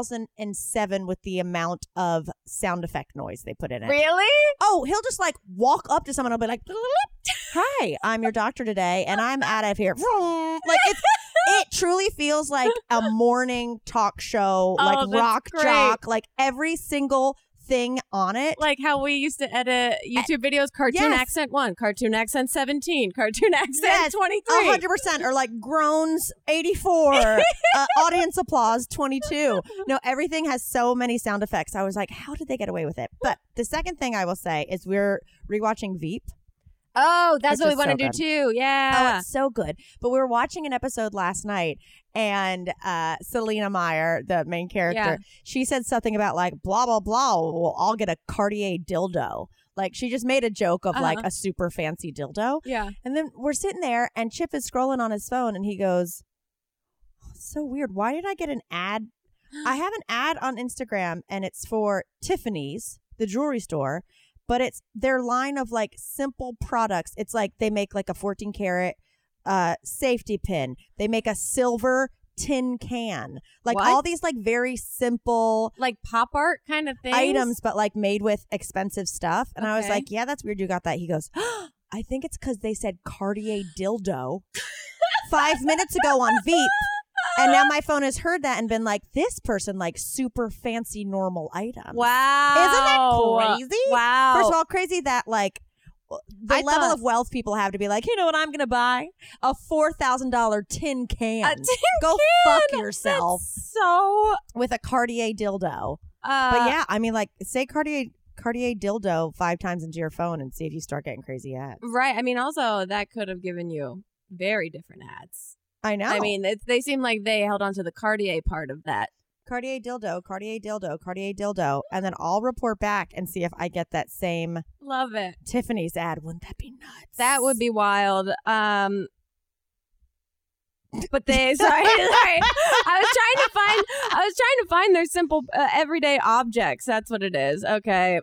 Speaker 6: 2007 with the amount of sound effect noise they put in it.
Speaker 3: Really?
Speaker 6: Oh, he'll just like walk up to someone and be like, "Hi, I'm your doctor today, and I'm out of here." Like it's, it truly feels like a morning talk show,
Speaker 3: Oh,
Speaker 6: like
Speaker 3: that's
Speaker 6: rock
Speaker 3: great.
Speaker 6: jock, like every single thing on it.
Speaker 3: Like how we used to edit YouTube videos: cartoon
Speaker 6: Eh, yes.
Speaker 3: accent one, cartoon accent seventeen, cartoon accent
Speaker 6: Yes, A
Speaker 3: twenty-three.
Speaker 6: hundred percent, or like groans eighty four, uh, audience applause twenty two. No, everything has so many sound effects. I was like, how did they get away with it? But the second thing I will say is we're rewatching Veep.
Speaker 3: Oh, that's
Speaker 6: Which
Speaker 3: what we
Speaker 6: is
Speaker 3: want
Speaker 6: so
Speaker 3: to do
Speaker 6: good.
Speaker 3: too.
Speaker 6: Oh,
Speaker 3: Yeah.
Speaker 6: it's so good. But we were watching an episode last night, and uh, Selena Meyer, the main character,
Speaker 3: Yeah.
Speaker 6: she said something about like blah blah blah. We'll all get a Cartier dildo. Like she just made a joke of like
Speaker 3: Uh-huh.
Speaker 6: a super fancy dildo.
Speaker 3: yeah.
Speaker 6: And then we're sitting there, and Chip is scrolling on his phone, and he goes, "Oh, it's "So weird. Why did I get an ad? I have an ad on Instagram, and it's for Tiffany's, the jewelry store, but it's their line of like simple products. It's like they make like a 14 karat uh, safety pin. They make a silver." tin can like
Speaker 3: What?
Speaker 6: all these like very simple
Speaker 3: Like pop art kind of thing.
Speaker 6: items, but like made with expensive stuff. And I was
Speaker 3: Okay.
Speaker 6: like, yeah, that's weird. You got that. He goes, I think it's because they said Cartier dildo five minutes ago on Veep. And now my phone has heard that and been like, this person like super fancy normal items.
Speaker 3: Wow.
Speaker 6: Isn't that crazy?
Speaker 3: Wow.
Speaker 6: First of all, crazy that like w- the
Speaker 3: I
Speaker 6: level
Speaker 3: thought-
Speaker 6: of wealth people have to be like, you know what I'm gonna buy? A four thousand dollar tin can.
Speaker 3: A tin
Speaker 6: Go fuck
Speaker 3: can?
Speaker 6: yourself
Speaker 3: That's Uh, so.
Speaker 6: with a Cartier dildo.
Speaker 3: Uh,
Speaker 6: But yeah, I mean, like, say Cartier Cartier dildo five times into your phone and see if you start getting crazy ads.
Speaker 3: Right. I mean, also that could have given you very different ads.
Speaker 6: I know.
Speaker 3: I mean, it, they seem like they held on to the Cartier part of that
Speaker 6: Cartier dildo, Cartier dildo, Cartier dildo, and then I'll report back and see if I get that same
Speaker 3: Love it.
Speaker 6: Tiffany's ad. Wouldn't that be nuts?
Speaker 3: That would be wild. Um but they sorry, sorry. I was trying to find I was trying to find their simple uh, everyday objects. That's what it is. Okay.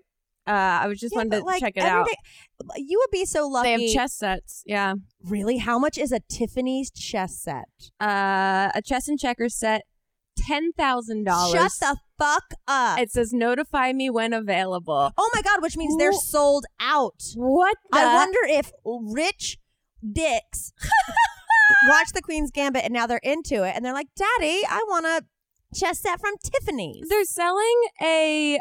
Speaker 3: Uh I was just
Speaker 6: Yeah,
Speaker 3: wanted
Speaker 6: but,
Speaker 3: to
Speaker 6: like,
Speaker 3: check it
Speaker 6: every
Speaker 3: out.
Speaker 6: day- you would be so lucky.
Speaker 3: They have chess sets. Yeah.
Speaker 6: really? How much is a Tiffany's chess set?
Speaker 3: Uh a chess and checkers set $10,000.
Speaker 6: Shut the fuck up.
Speaker 3: It says notify me when available.
Speaker 6: oh my god, which means they're
Speaker 3: Who-
Speaker 6: sold out.
Speaker 3: What the
Speaker 6: I wonder if rich dicks watch the Queen's Gambit and now they're into it and they're like, "Daddy, I want a chess set from Tiffany's."
Speaker 3: They're selling a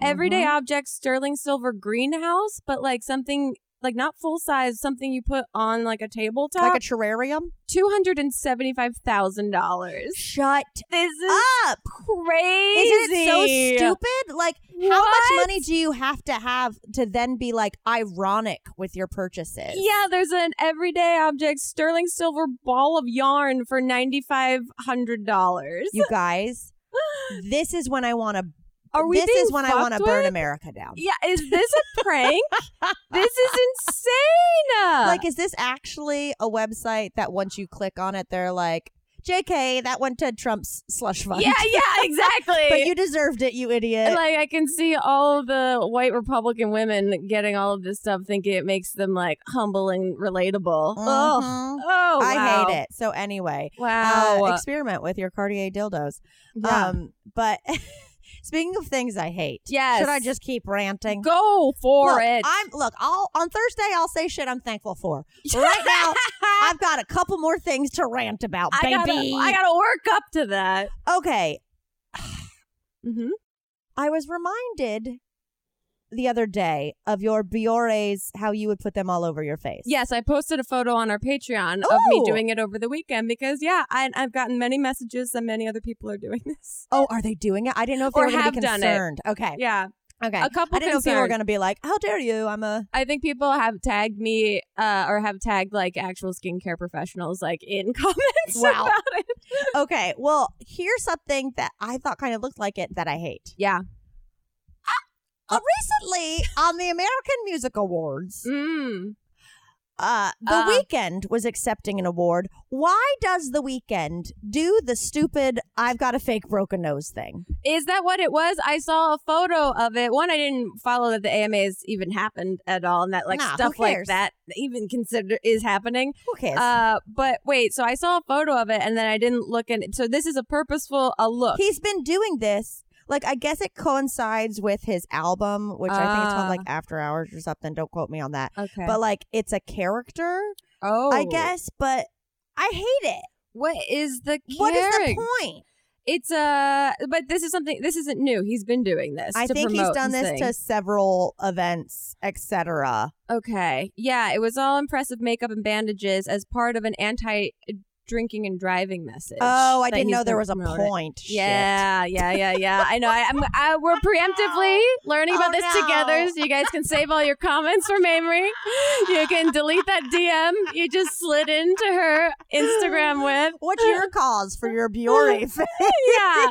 Speaker 3: everyday
Speaker 6: Mm-hmm.
Speaker 3: object sterling silver greenhouse, but like something like not full size, something you put on like a tabletop.
Speaker 6: like a terrarium.
Speaker 3: two hundred and seventy five thousand dollars.
Speaker 6: Shut
Speaker 3: This is
Speaker 6: up.
Speaker 3: crazy.
Speaker 6: Ah! Isn't it so stupid? Like, how
Speaker 3: What?
Speaker 6: much money do you have to have to then be like ironic with your purchases?
Speaker 3: Yeah, there's an everyday object sterling silver ball of yarn for ninety five hundred dollars.
Speaker 6: You guys, this is when I want to.
Speaker 3: Are we
Speaker 6: This is
Speaker 3: being
Speaker 6: when I want to
Speaker 3: fucked
Speaker 6: burn
Speaker 3: with?
Speaker 6: America down.
Speaker 3: Yeah, is this a prank? this is insane.
Speaker 6: like, is this actually a website that once you click on it, they're like, "JK, that went to Trump's slush fund."
Speaker 3: yeah, yeah, exactly.
Speaker 6: but you deserved it, you idiot.
Speaker 3: And, like I can see all of the white Republican women getting all of this stuff, thinking it makes them like humble and relatable. Oh,
Speaker 6: Mhm.
Speaker 3: oh,
Speaker 6: I hate it. So anyway,
Speaker 3: Wow.
Speaker 6: uh, experiment with your Cartier dildos.
Speaker 3: Yeah.
Speaker 6: Um, but speaking of things I hate,
Speaker 3: Yes.
Speaker 6: should I just keep ranting?
Speaker 3: Go for
Speaker 6: Look,
Speaker 3: it.
Speaker 6: I'm look. I'll on Thursday. I'll say shit I'm thankful for. But right now, I've got a couple more things to rant about,
Speaker 3: I
Speaker 6: baby.
Speaker 3: gotta, I gotta work up to that.
Speaker 6: okay,
Speaker 3: hmm
Speaker 6: I was reminded the other day of your Biores, how you would put them all over your face.
Speaker 3: Yes, I posted a photo on our Patreon of me
Speaker 6: Ooh.
Speaker 3: doing it over the weekend because yeah, I, I've gotten many messages that many other people are doing this.
Speaker 6: Oh, are they doing it? I didn't know if they
Speaker 3: Or
Speaker 6: were going
Speaker 3: have
Speaker 6: to be
Speaker 3: done it.
Speaker 6: concerned. Okay.
Speaker 3: Yeah,
Speaker 6: Okay.
Speaker 3: a couple.
Speaker 6: I didn't know if people were
Speaker 3: concerned.
Speaker 6: going to be like, "How dare you? I'm a."
Speaker 3: I think people have tagged me uh, or have tagged like actual skincare professionals like in comments
Speaker 6: Wow.
Speaker 3: about it.
Speaker 6: Okay. Well, here's something that I thought kind of looked like it that I hate.
Speaker 3: Yeah.
Speaker 6: Uh, recently on the American Music Awards,
Speaker 3: Mm.
Speaker 6: uh, The
Speaker 3: Uh.
Speaker 6: Weekend was accepting an award. Why does The Weekend do the stupid "I've got a fake broken nose" thing?
Speaker 3: Is that what it was? I saw a photo of it. One, I didn't follow that the AMAs even happened at all, and that like
Speaker 6: Nah, who
Speaker 3: stuff like
Speaker 6: cares?
Speaker 3: that even consider is happening.
Speaker 6: Who cares?
Speaker 3: Uh, but wait, so I saw a photo of it, and then I didn't look in. So this is a purposeful a look.
Speaker 6: He's been doing this. Like I guess it coincides with his album, which I think it's called
Speaker 3: Ah.
Speaker 6: like After Hours or something. Don't quote me on that.
Speaker 3: okay.
Speaker 6: But like it's a character,
Speaker 3: oh,
Speaker 6: I guess, but I hate it.
Speaker 3: What is the
Speaker 6: What is the
Speaker 3: caring?
Speaker 6: point?
Speaker 3: It's uh but this is something. This isn't new. He's been doing this.
Speaker 6: I
Speaker 3: to
Speaker 6: think he's
Speaker 3: promote
Speaker 6: done this
Speaker 3: thing.
Speaker 6: to several events, etc.
Speaker 3: Okay. Yeah, it was all impressive makeup and bandages as part of an anti drinking and driving message.
Speaker 6: Oh, I
Speaker 3: that
Speaker 6: didn't
Speaker 3: he's
Speaker 6: know there
Speaker 3: been
Speaker 6: was a
Speaker 3: promoting.
Speaker 6: point. Shit.
Speaker 3: Yeah, yeah, yeah, yeah. I know. I, I'm, I, we're preemptively learning about
Speaker 6: Oh,
Speaker 3: this
Speaker 6: no.
Speaker 3: together, so you guys can save all your comments for memory. You can delete that DM you just slid into her Instagram with.
Speaker 6: What's your cause for your Biore? face?
Speaker 3: Yeah.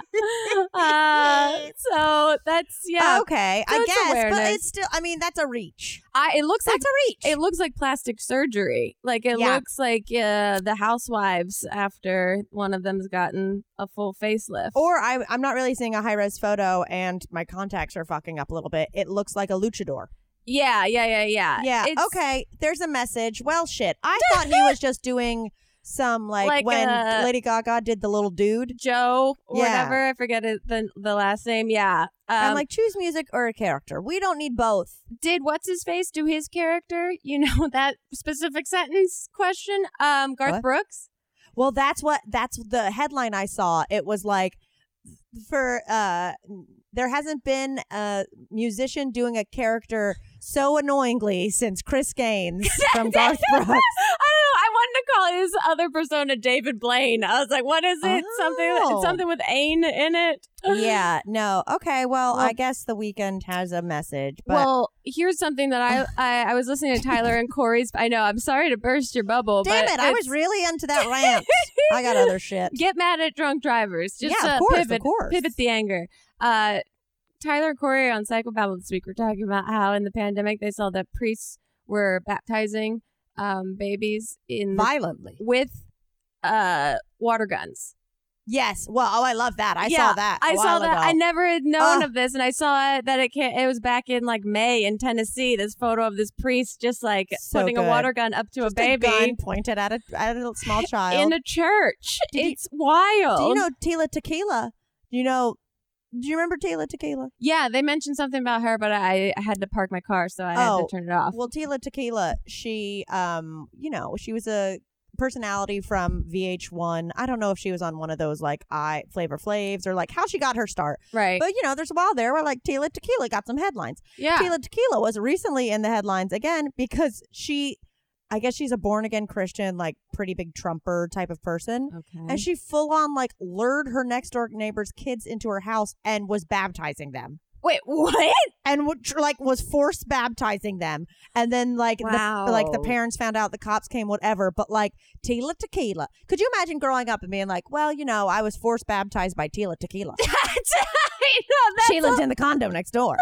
Speaker 3: Uh, so that's yeah.
Speaker 6: okay, I
Speaker 3: So it's
Speaker 6: guess, but
Speaker 3: awareness.
Speaker 6: it's still. I mean, that's a reach.
Speaker 3: I, it looks like
Speaker 6: That's a reach.
Speaker 3: It looks like plastic surgery. Like it
Speaker 6: Yeah.
Speaker 3: looks like uh, the housewives after one of them's gotten a full facelift.
Speaker 6: Or I, I'm not really seeing a high res photo, and my contacts are fucking up a little bit. It looks like a luchador.
Speaker 3: yeah, yeah, yeah, yeah.
Speaker 6: Yeah.
Speaker 3: It's
Speaker 6: okay. There's a message. Well, shit. I thought he was just doing some like,
Speaker 3: Like,
Speaker 6: when
Speaker 3: uh,
Speaker 6: Lady Gaga did the little dude.
Speaker 3: Joe or
Speaker 6: Yeah.
Speaker 3: whatever. I forget it, the the last name. Yeah. Um,
Speaker 6: I'm like, choose music or a character. We don't need both.
Speaker 3: did what's his face do his character? You know that specific sentence question. Um, Garth
Speaker 6: What?
Speaker 3: Brooks.
Speaker 6: Well, that's what that's the headline I saw. It was like for uh there hasn't been a musician doing a character so annoyingly since Chris Gaines from Garth Brooks.
Speaker 3: I don't know. I wanted to call his other persona David Blaine. I was like, what is it? Something
Speaker 6: Oh.
Speaker 3: something with Ain in it.
Speaker 6: yeah, no. Okay, well,
Speaker 3: Well-
Speaker 6: I guess the weekend has a message, but
Speaker 3: well, here's something that I, I I was listening to Tyler and Corey's. I know I'm sorry to burst your bubble,
Speaker 6: Damn
Speaker 3: but
Speaker 6: it! I
Speaker 3: it's-
Speaker 6: was really into that rant. I got other shit.
Speaker 3: get mad at drunk drivers. Just uh,
Speaker 6: yeah, of course,
Speaker 3: pivot,
Speaker 6: of course.
Speaker 3: pivot the anger. Uh, Tyler and Corey on Psychobabble this week were talking about how in the pandemic they saw that priests were baptizing um, babies in the-
Speaker 6: violently.
Speaker 3: with uh, water guns.
Speaker 6: Yes. Well, oh, I love that. I
Speaker 3: Yeah,
Speaker 6: saw that. I
Speaker 3: I saw that. I never had known
Speaker 6: Ugh.
Speaker 3: of this, and I saw that it ca it was back in like May in Tennessee. This photo of this priest just like
Speaker 6: So
Speaker 3: putting a
Speaker 6: good.
Speaker 3: water gun up to
Speaker 6: Just
Speaker 3: a baby
Speaker 6: gun pointed at a at a little small child.
Speaker 3: in a church.
Speaker 6: Did you-
Speaker 3: it's wild.
Speaker 6: Do you know Tila Tequila? Do you know? Do you remember Tila Tequila?
Speaker 3: Yeah, they mentioned something about her, but I, I had to park my car, so I had to
Speaker 6: Oh,
Speaker 3: turn it off.
Speaker 6: Well, Tila Tequila, she, um, you know, she was a personality from VH1. I don't know if she was on one of those like I Flavor Flaves or like how she got her start.
Speaker 3: right.
Speaker 6: But you know, there's a while there where like Tila Tequila got some headlines.
Speaker 3: yeah.
Speaker 6: Tila Tequila was recently in the headlines again because she, I guess she's a born again Christian, like pretty big Trumper type of person.
Speaker 3: okay.
Speaker 6: And she full on like lured her next door neighbor's kids into her house and was baptizing them
Speaker 3: Wait, what?
Speaker 6: and w- tr- like was forced baptizing them and then like
Speaker 3: Wow.
Speaker 6: the, like the parents found out the cops came whatever but like Tila Tequila could you imagine growing up and being like well you know I was forced baptized by Tila Tequila
Speaker 3: That's, I know, that's
Speaker 6: she lived in the condo next door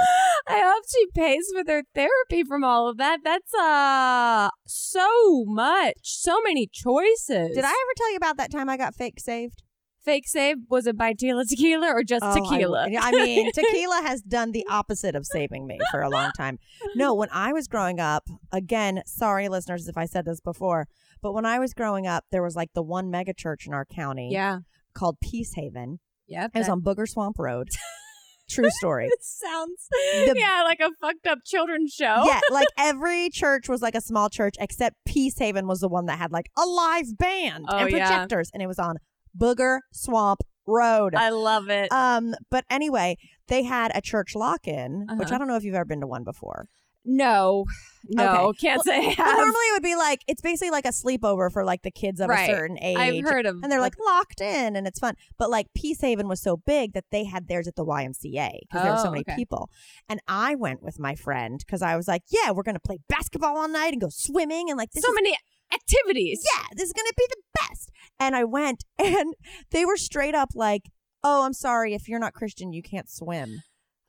Speaker 3: I hope she pays for their therapy from all of that. That's uh so much, so many choices.
Speaker 6: did I ever tell you about that time I got fake saved
Speaker 3: fake save? Was it by Tila Tequila or just
Speaker 6: Oh, I
Speaker 3: Tequila?
Speaker 6: w- I, mean, tequila has done the opposite of saving me for a long time. No, when I was growing up, again, sorry listeners if I said this before, but when I was growing up, there was like the one mega church in our county
Speaker 3: yeah,
Speaker 6: called Peace Haven.
Speaker 3: yep.
Speaker 6: It was
Speaker 3: that-
Speaker 6: on Booger Swamp Road. True story.
Speaker 3: it sounds
Speaker 6: The-
Speaker 3: yeah like a fucked up children's show.
Speaker 6: Yeah, like every church was like a small church, except Peace Haven was the one that had like a live band
Speaker 3: Oh,
Speaker 6: and
Speaker 3: yeah.
Speaker 6: projectors, and it was on Booger Swamp Road.
Speaker 3: I love it.
Speaker 6: um, but anyway, they had a church lock-in, which
Speaker 3: Uh-huh.
Speaker 6: I don't know if you've ever been to one before.
Speaker 3: no, no, can't say. I
Speaker 6: But
Speaker 3: have.
Speaker 6: normally it would be like it's basically like a sleepover for like the kids of
Speaker 3: Right.
Speaker 6: a certain age.
Speaker 3: I've heard of
Speaker 6: and they're like locked in and it's fun. But like Peace Haven was so big that they had theirs at the YMCA because there were
Speaker 3: Oh,
Speaker 6: so many
Speaker 3: okay.
Speaker 6: people. And I went with my friend because I was like, yeah, we're going to play basketball all night and go swimming and like this
Speaker 3: so
Speaker 6: is
Speaker 3: many activities.
Speaker 6: yeah, this is going to be the best. And I went and they were straight up like, oh, I'm sorry. If you're not Christian, you can't swim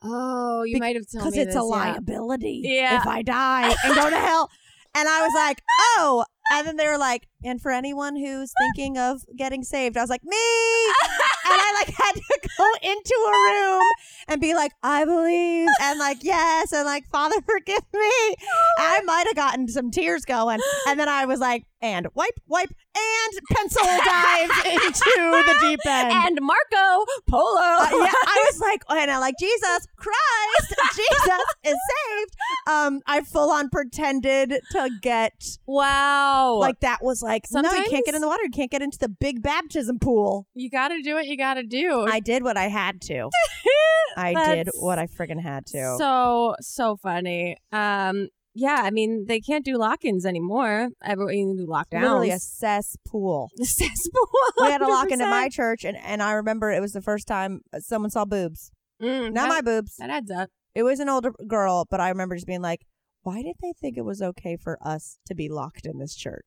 Speaker 3: Oh, you
Speaker 6: Bec-
Speaker 3: might have told me
Speaker 6: because it's
Speaker 3: this,
Speaker 6: a liability
Speaker 3: Yeah.
Speaker 6: if I die and go to hell. And I was like, oh. And then they were like, and for anyone who's thinking of getting saved, I was like, me. And I like had to go into a room and be like, I believe, and like, yes, and like, Father, forgive me.
Speaker 3: Oh.
Speaker 6: I might have gotten some tears going. And then I was like, and wipe, wipe, and pencil dive into the deep end.
Speaker 3: Yeah. And Marco Polo.
Speaker 6: Uh, yeah, I was like, oh, and I like Jesus Christ, Jesus is saved. Um, I full on pretended to get
Speaker 3: Wow.
Speaker 6: like that was like no, you can't get
Speaker 3: Sometimes-
Speaker 6: in the water, you can't get into the big baptism pool.
Speaker 3: you got to do what you got to do.
Speaker 6: I did what I had to. I did what I friggin' had to.
Speaker 3: So so funny. Um yeah, I mean they can't do lock-ins anymore. Everyone you can do lockdowns.
Speaker 6: Literally a cesspool.
Speaker 3: The cesspool.
Speaker 6: We had a lock into
Speaker 3: 100%.
Speaker 6: my church, and, and I remember it was the first time someone saw boobs.
Speaker 3: Mm, that,
Speaker 6: Not my boobs.
Speaker 3: That adds up.
Speaker 6: It was an older girl, but I remember just being like, why did they think it was okay for us to be locked in this church?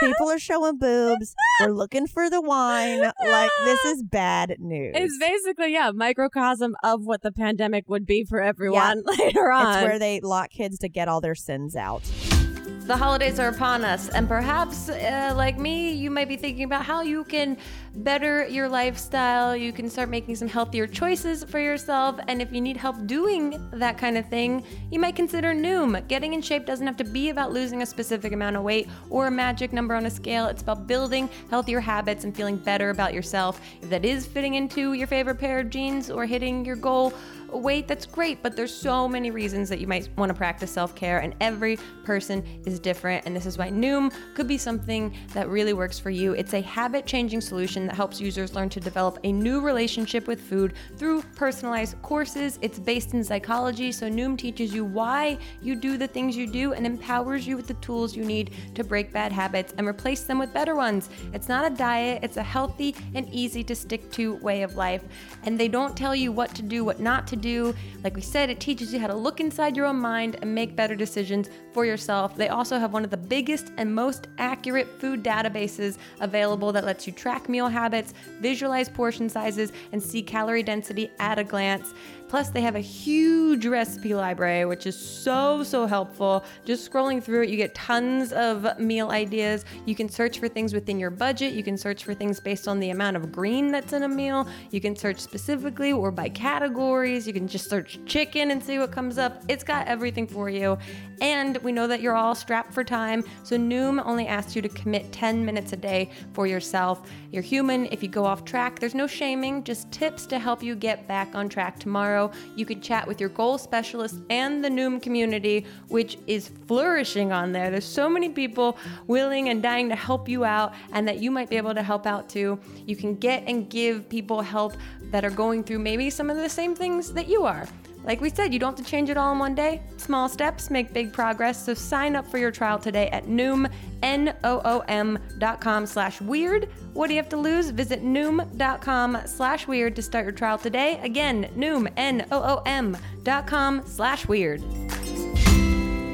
Speaker 6: People are showing boobs. We're looking for the wine. Like, this is bad news.
Speaker 3: It's basically yeah, microcosm of what the pandemic would be for everyone later on.
Speaker 6: It's where they lock kids to get all their sins out.
Speaker 5: The holidays are upon us, and perhaps, uh, like me, you might be thinking about how you can better your lifestyle. You can start making some healthier choices for yourself. And if you need help doing that kind of thing, you might consider Noom. Getting in shape doesn't have to be about losing a specific amount of weight or a magic number on a scale. It's about building healthier habits and feeling better about yourself. If that is fitting into your favorite pair of jeans or hitting your goal, weight, that's great, but there's so many reasons that you might want to practice self care, and every person is different. And this is why Noom could be something that really works for you. It's a habit changing solution that helps users learn to develop a new relationship with food through personalized courses. It's based in psychology, so Noom teaches you why you do the things you do and empowers you with the tools you need to break bad habits and replace them with better ones. It's not a diet, it's a healthy and easy to stick to way of life. And they don't tell you what to do, what not to to do. Like we said, it teaches you how to look inside your own mind and make better decisions for yourself. They also have one of the biggest and most accurate food databases available that lets you track meal habits, visualize portion sizes, and see calorie density at a glance. Plus, they have a huge recipe library, which is so, so helpful. Just scrolling through it, you get tons of meal ideas. You can search for things within your budget. You can search for things based on the amount of green that's in a meal. You can search specifically or by categories. You can just search chicken and see what comes up. It's got everything for you. And we know that you're all strapped for time, so Noom only asks you to commit 10 minutes a day for yourself. You're human. If you go off track, there's no shaming, just tips to help you get back on track tomorrow. You can chat with your goal specialist and the Noom community, which is flourishing on there. There's so many people willing and dying to help you out, and that you might be able to help out too. You can get and give people help that are going through maybe some of the same things that you are. Like we said, you don't have to change it all in one day. Small steps make big progress. So sign up for your trial today at Noom, N-O-O-M dot com slash weird. What do you have to lose? Visit Noom.com slash weird to start your trial today. Again, Noom, N-O-O-M dot com slash weird.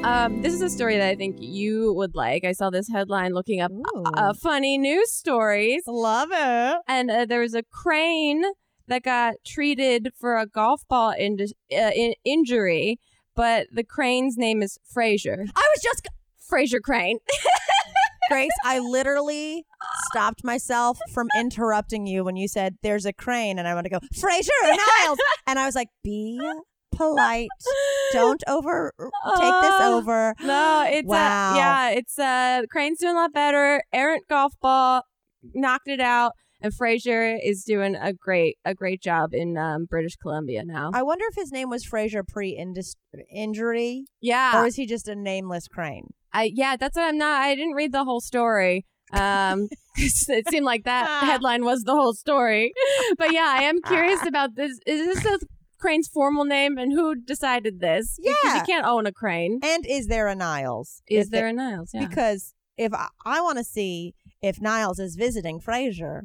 Speaker 3: Um, this is a story that I think you would like. I saw this headline looking up uh, funny news stories,
Speaker 6: Love it.
Speaker 3: and uh, there was a crane that got treated for a golf ball in- uh, in- injury, but the crane's name is Fraser.
Speaker 6: I was just
Speaker 3: Fraser Crane.
Speaker 6: Grace. I literally stopped myself from interrupting you when you said there's a crane, and I want to go Fraser Niles, and I was like, be polite. Don't over take this
Speaker 3: Oh.
Speaker 6: over.
Speaker 3: No, it's
Speaker 6: Wow.
Speaker 3: uh, yeah, it's uh Crane's doing a lot better. Errant golf ball knocked it out, and Frazier is doing a great a great job in um, British Columbia now.
Speaker 6: I wonder if his name was Fraser pre injury, or
Speaker 3: yeah,
Speaker 6: is he just a nameless crane?
Speaker 3: I, yeah, that's what I'm not. I didn't read the whole story. Um, 'cause it seemed like that
Speaker 6: Ah.
Speaker 3: headline was the whole story, but yeah, I am
Speaker 6: Ah.
Speaker 3: curious about this. Is this a Crane's formal name, and who decided this? because
Speaker 6: Yeah.
Speaker 3: you can't own a crane.
Speaker 6: And is there a Niles?
Speaker 3: Is
Speaker 6: If
Speaker 3: there a Niles? Yeah.
Speaker 6: because if I, I want to see if Niles is visiting Fraser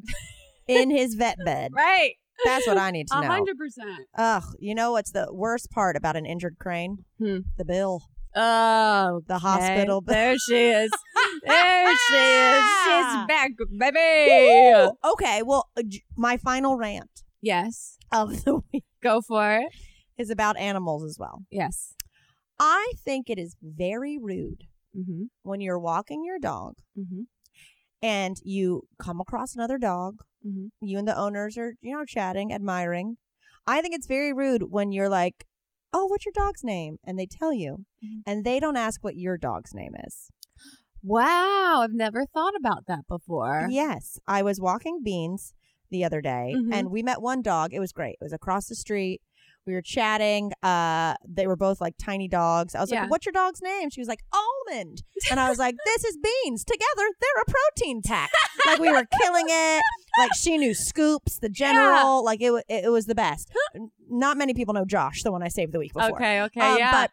Speaker 6: in his vet bed,
Speaker 3: right,
Speaker 6: that's what I need to
Speaker 3: a
Speaker 6: know.
Speaker 3: hundred percent.
Speaker 6: Ugh, you know what's the worst part about an injured crane?
Speaker 3: Hmm.
Speaker 6: The bill,
Speaker 3: Oh,
Speaker 6: the
Speaker 3: Okay,
Speaker 6: hospital bill.
Speaker 3: There she is. There she is. She's back, baby.
Speaker 6: Woo! Okay, well, uh, j- my final rant
Speaker 3: Yes.
Speaker 6: of the week
Speaker 3: Go for it.
Speaker 6: is about animals as well.
Speaker 3: Yes.
Speaker 6: I think it is very rude
Speaker 3: Mm-hmm.
Speaker 6: when you're walking your dog
Speaker 3: Mm-hmm.
Speaker 6: and you come across another dog.
Speaker 3: Mhm.
Speaker 6: You and the owners are, you know, chatting, admiring. I think it's very rude when you're like, "Oh, what's your dog's name?" and they tell you,
Speaker 3: Mhm.
Speaker 6: and they don't ask what your dog's name is.
Speaker 3: Wow. I've never thought about that before.
Speaker 6: Yes, I was walking Beans the other day,
Speaker 3: Mhm.
Speaker 6: and we met one dog. It was great. It was across the street. We were chatting. Uh, they were both like tiny dogs. I was
Speaker 3: Yeah.
Speaker 6: like, "What's your dog's name?" She was like, "Almond," and I was like, "This is Beans. Together, they're a protein pack." like we were killing it. Like she knew Scoops, the general. Like it, wa- it, it was the best. N- Not many people know Josh, the one I saved the week before.
Speaker 3: Okay. Okay.
Speaker 6: Um,
Speaker 3: yeah.
Speaker 6: But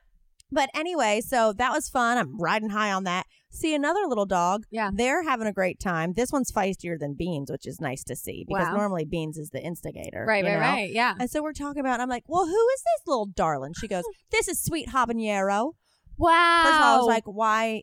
Speaker 6: but anyway, so that was fun. I'm riding high on that. See another little dog.
Speaker 3: Yeah.
Speaker 6: They're having a great time. This one's feistier than Beans, which is nice to see because
Speaker 3: Wow.
Speaker 6: normally Beans is the instigator.
Speaker 3: right.
Speaker 6: you
Speaker 3: Right.
Speaker 6: know?
Speaker 3: Right. Yeah.
Speaker 6: And so we're talking about, I'm like, well, who is this little darling? She goes, this is Sweet Habanero.
Speaker 3: Wow.
Speaker 6: First of all, I was like, why?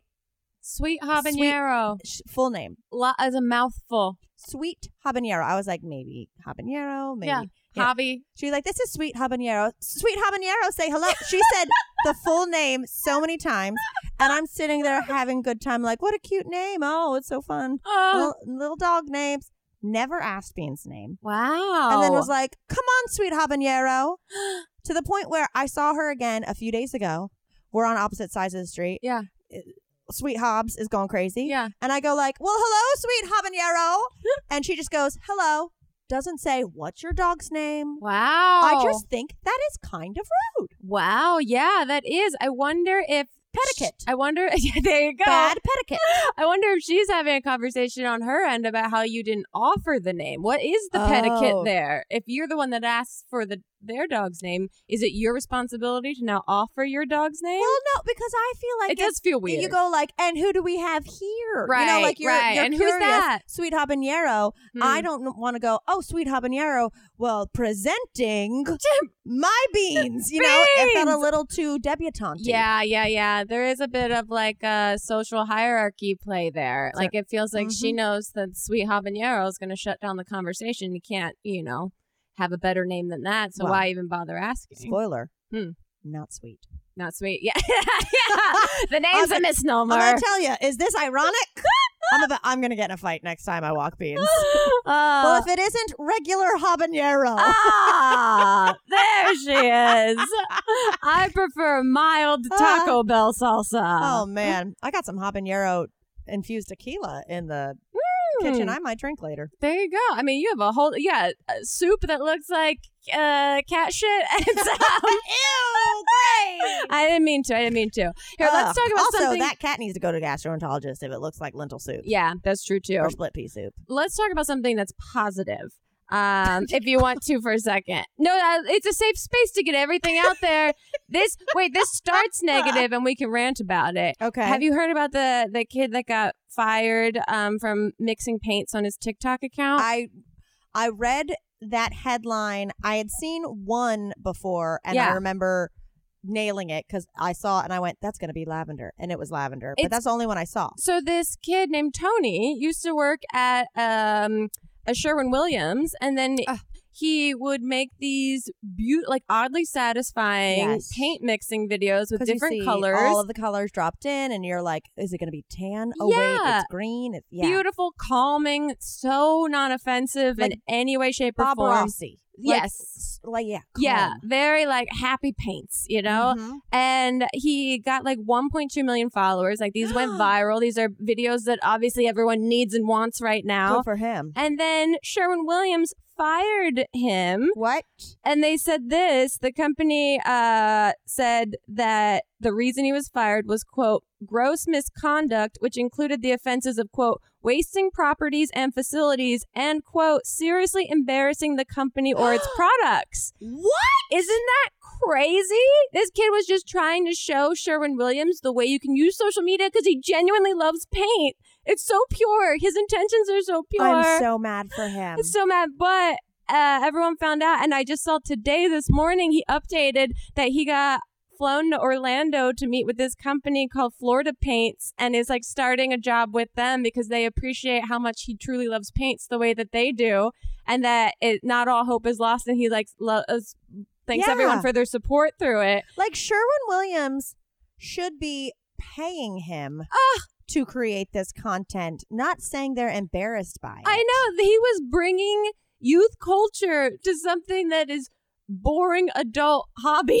Speaker 3: sweet habanero.
Speaker 6: Sh- full name.
Speaker 3: Lot is a mouthful.
Speaker 6: Sweet Habanero. I was like, maybe Habanero, maybe.
Speaker 3: Yeah.
Speaker 6: Yeah.
Speaker 3: Hobby.
Speaker 6: She's like, this is Sweet Habanero. Sweet Habanero, say hello. She said the full name so many times. And I'm sitting there having a good time, like, what a cute name. Oh, it's so fun.
Speaker 3: Oh.
Speaker 6: Little, little dog names. Never asked Bean's name.
Speaker 3: wow.
Speaker 6: And then was like, come on, Sweet Habanero. to the point where I saw her again a few days ago. We're on opposite sides of the street. Uh,
Speaker 3: Yeah.
Speaker 6: Sweet Hobbs is going crazy.
Speaker 3: yeah.
Speaker 6: And I go like, "Well, hello, sweet habanero," and she just goes, "Hello." Doesn't say what's your dog's name.
Speaker 3: Wow.
Speaker 6: I just think that is kind of rude.
Speaker 3: Wow. Yeah. That is. I wonder if
Speaker 6: Etiquette.
Speaker 3: I wonder. Yeah, there you go.
Speaker 6: Bad etiquette.
Speaker 3: I wonder if she's having a conversation on her end about how you didn't offer the name. What is the
Speaker 6: Oh.
Speaker 3: etiquette there? If you're the one that asks for the their dog's name, is it your responsibility to now offer your dog's name?
Speaker 6: Well, no, because I feel like
Speaker 3: it does feel weird.
Speaker 6: You go like, and who do we have here? You know,
Speaker 5: Right,
Speaker 6: like you're,
Speaker 5: right.
Speaker 6: you're
Speaker 3: And who's
Speaker 6: curious,
Speaker 3: that?
Speaker 6: Sweet habanero.
Speaker 3: Hmm.
Speaker 6: I don't want to go. Oh, sweet habanero. Well, presenting my beans. You know, it felt a
Speaker 3: Beans!
Speaker 6: little too debutante.
Speaker 3: Yeah, yeah, yeah. There is a bit of like a social hierarchy play there.
Speaker 6: So-
Speaker 3: like it feels like she
Speaker 6: Mm-hmm.
Speaker 3: knows that Sweet Habanero is going to shut down the conversation. You can't, you know, have a better name than that. So
Speaker 6: Well,
Speaker 3: why even bother asking?
Speaker 6: Spoiler.
Speaker 3: Hmm.
Speaker 6: Not sweet.
Speaker 3: Not sweet. Yeah, yeah. The name's
Speaker 6: gonna-
Speaker 3: a misnomer.
Speaker 6: I'm gonna tell you. Is this ironic? I'm about, I'm gonna get in a fight next time I walk beans. well,
Speaker 3: Oh.
Speaker 6: if it isn't regular habanero.
Speaker 3: ah, there she is. I prefer mild Taco Bell salsa.
Speaker 6: Ah. Oh man, I got some habanero infused tequila in the kitchen. I might drink later.
Speaker 3: There you go. I mean, you have a whole yeah a soup that looks like uh, cat shit. And um,
Speaker 6: Ew.
Speaker 3: I didn't mean to. I didn't mean to. Here, let's talk about
Speaker 6: also,
Speaker 3: something.
Speaker 6: that cat needs to go to gastroenterologist if it looks like lentil soup
Speaker 3: yeah, that's true too.
Speaker 6: or split pea soup.
Speaker 3: Let's talk about something that's positive. Um, if you want to for a second. No, uh, it's a safe space to get everything out there. This wait, this starts negative and we can rant about it.
Speaker 6: Okay.
Speaker 3: Have you heard about the the kid that got fired um, from mixing paints on his TikTok account?
Speaker 6: I I read that headline. I had seen one before, and I
Speaker 3: Yeah.
Speaker 6: remember nailing it because I saw it and I went, "That's going to be lavender," and it was lavender. but
Speaker 3: It's-
Speaker 6: that's the only one I saw.
Speaker 3: So this kid named Tony used to work at um, a Sherwin Williams, and then he would make these beaut like oddly satisfying
Speaker 6: Yes.
Speaker 3: paint mixing videos with
Speaker 6: 'Cause you
Speaker 3: different
Speaker 6: see
Speaker 3: colors.
Speaker 6: all of the colors dropped in, and you're like, "Is it going to be tan? Oh wait,
Speaker 3: Yeah.
Speaker 6: it's green. It's yeah."
Speaker 3: Beautiful, calming, so non-offensive
Speaker 6: Like
Speaker 3: in any way, shape, or
Speaker 6: Bob
Speaker 3: form.
Speaker 6: Rossi. Like,
Speaker 3: Yes.
Speaker 6: s- like yeah,
Speaker 3: Yeah,
Speaker 6: calm.
Speaker 3: very like happy paints, you know.
Speaker 6: Mhm.
Speaker 3: and he got like 1.2 million followers. Like these went viral. These are videos that obviously everyone needs and wants right now.
Speaker 6: Good for him.
Speaker 3: And then Sherwin Williams fired him.
Speaker 6: What?
Speaker 3: And they said this the company uh, said that the reason he was fired was, quote, gross misconduct, which included the offenses of, quote, wasting properties and facilities and, quote, seriously embarrassing the company or its products.
Speaker 6: What?
Speaker 3: Isn't that crazy? This kid was just trying to show Sherwin Williams the way you can use social media because he genuinely loves paint. It's so pure. His intentions are so pure.
Speaker 6: I'm so mad for him.
Speaker 3: It's so mad, but uh, everyone found out, and I just saw today this morning he updated that he got flown to Orlando to meet with this company called Florida Paints, and is like starting a job with them because they appreciate how much he truly loves paints the way that they do, and that it not all hope is lost, and he like lo- is- thanks
Speaker 6: Yeah.
Speaker 3: everyone for their support through it.
Speaker 6: Like Sherwin Williams should be paying him
Speaker 3: Ah!
Speaker 6: to create this content, not saying they're embarrassed by it.
Speaker 3: I know that he was bringing youth culture to something that is boring adult hobby.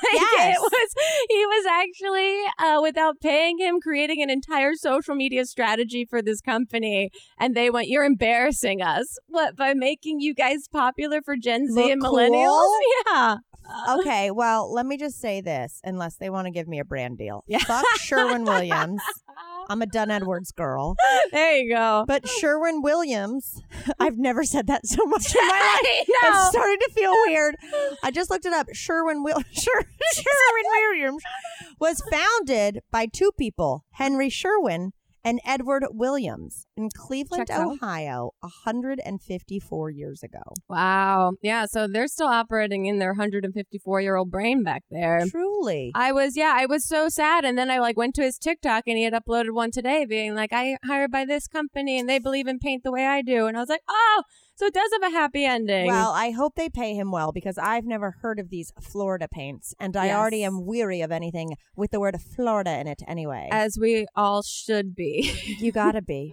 Speaker 3: like
Speaker 6: Yes.
Speaker 3: it was he was actually uh, without paying him creating an entire social media strategy for this company and they went you're embarrassing us what by making you guys popular for Gen Z
Speaker 6: Look
Speaker 3: and millennials?
Speaker 6: cool?
Speaker 3: Yeah.
Speaker 6: Okay, well, let me just say this, unless they want to give me a brand deal.
Speaker 3: Yeah.
Speaker 6: Fuck Sherwin Williams. I'm a Dunn Edwards girl.
Speaker 3: There you go.
Speaker 6: But Sherwin Williams, I've never said that so much in my life.
Speaker 3: I
Speaker 6: It's
Speaker 3: know.
Speaker 6: starting to feel weird. I just looked it up. Sherwin Will Sher- Sherwin Williams was founded by two people, Henry Sherwin and Edward Williams, in Cleveland,
Speaker 3: Checks out.
Speaker 6: Ohio, 154 years ago.
Speaker 3: wow. Yeah, so they're still operating in their 154-year-old brain back there.
Speaker 6: Truly.
Speaker 3: I was, yeah, I was so sad. And then I like went to his TikTok and he had uploaded one today being like, I hired by this company and they believe in paint the way I do. And I was like, oh, so it does have a happy ending.
Speaker 6: Well, eh I hope they pay him well because I've never heard of these Florida paints, and I
Speaker 3: Yes.
Speaker 6: already am weary of anything with the word Florida in it anyway.
Speaker 3: as we all should be.
Speaker 6: you gotta be.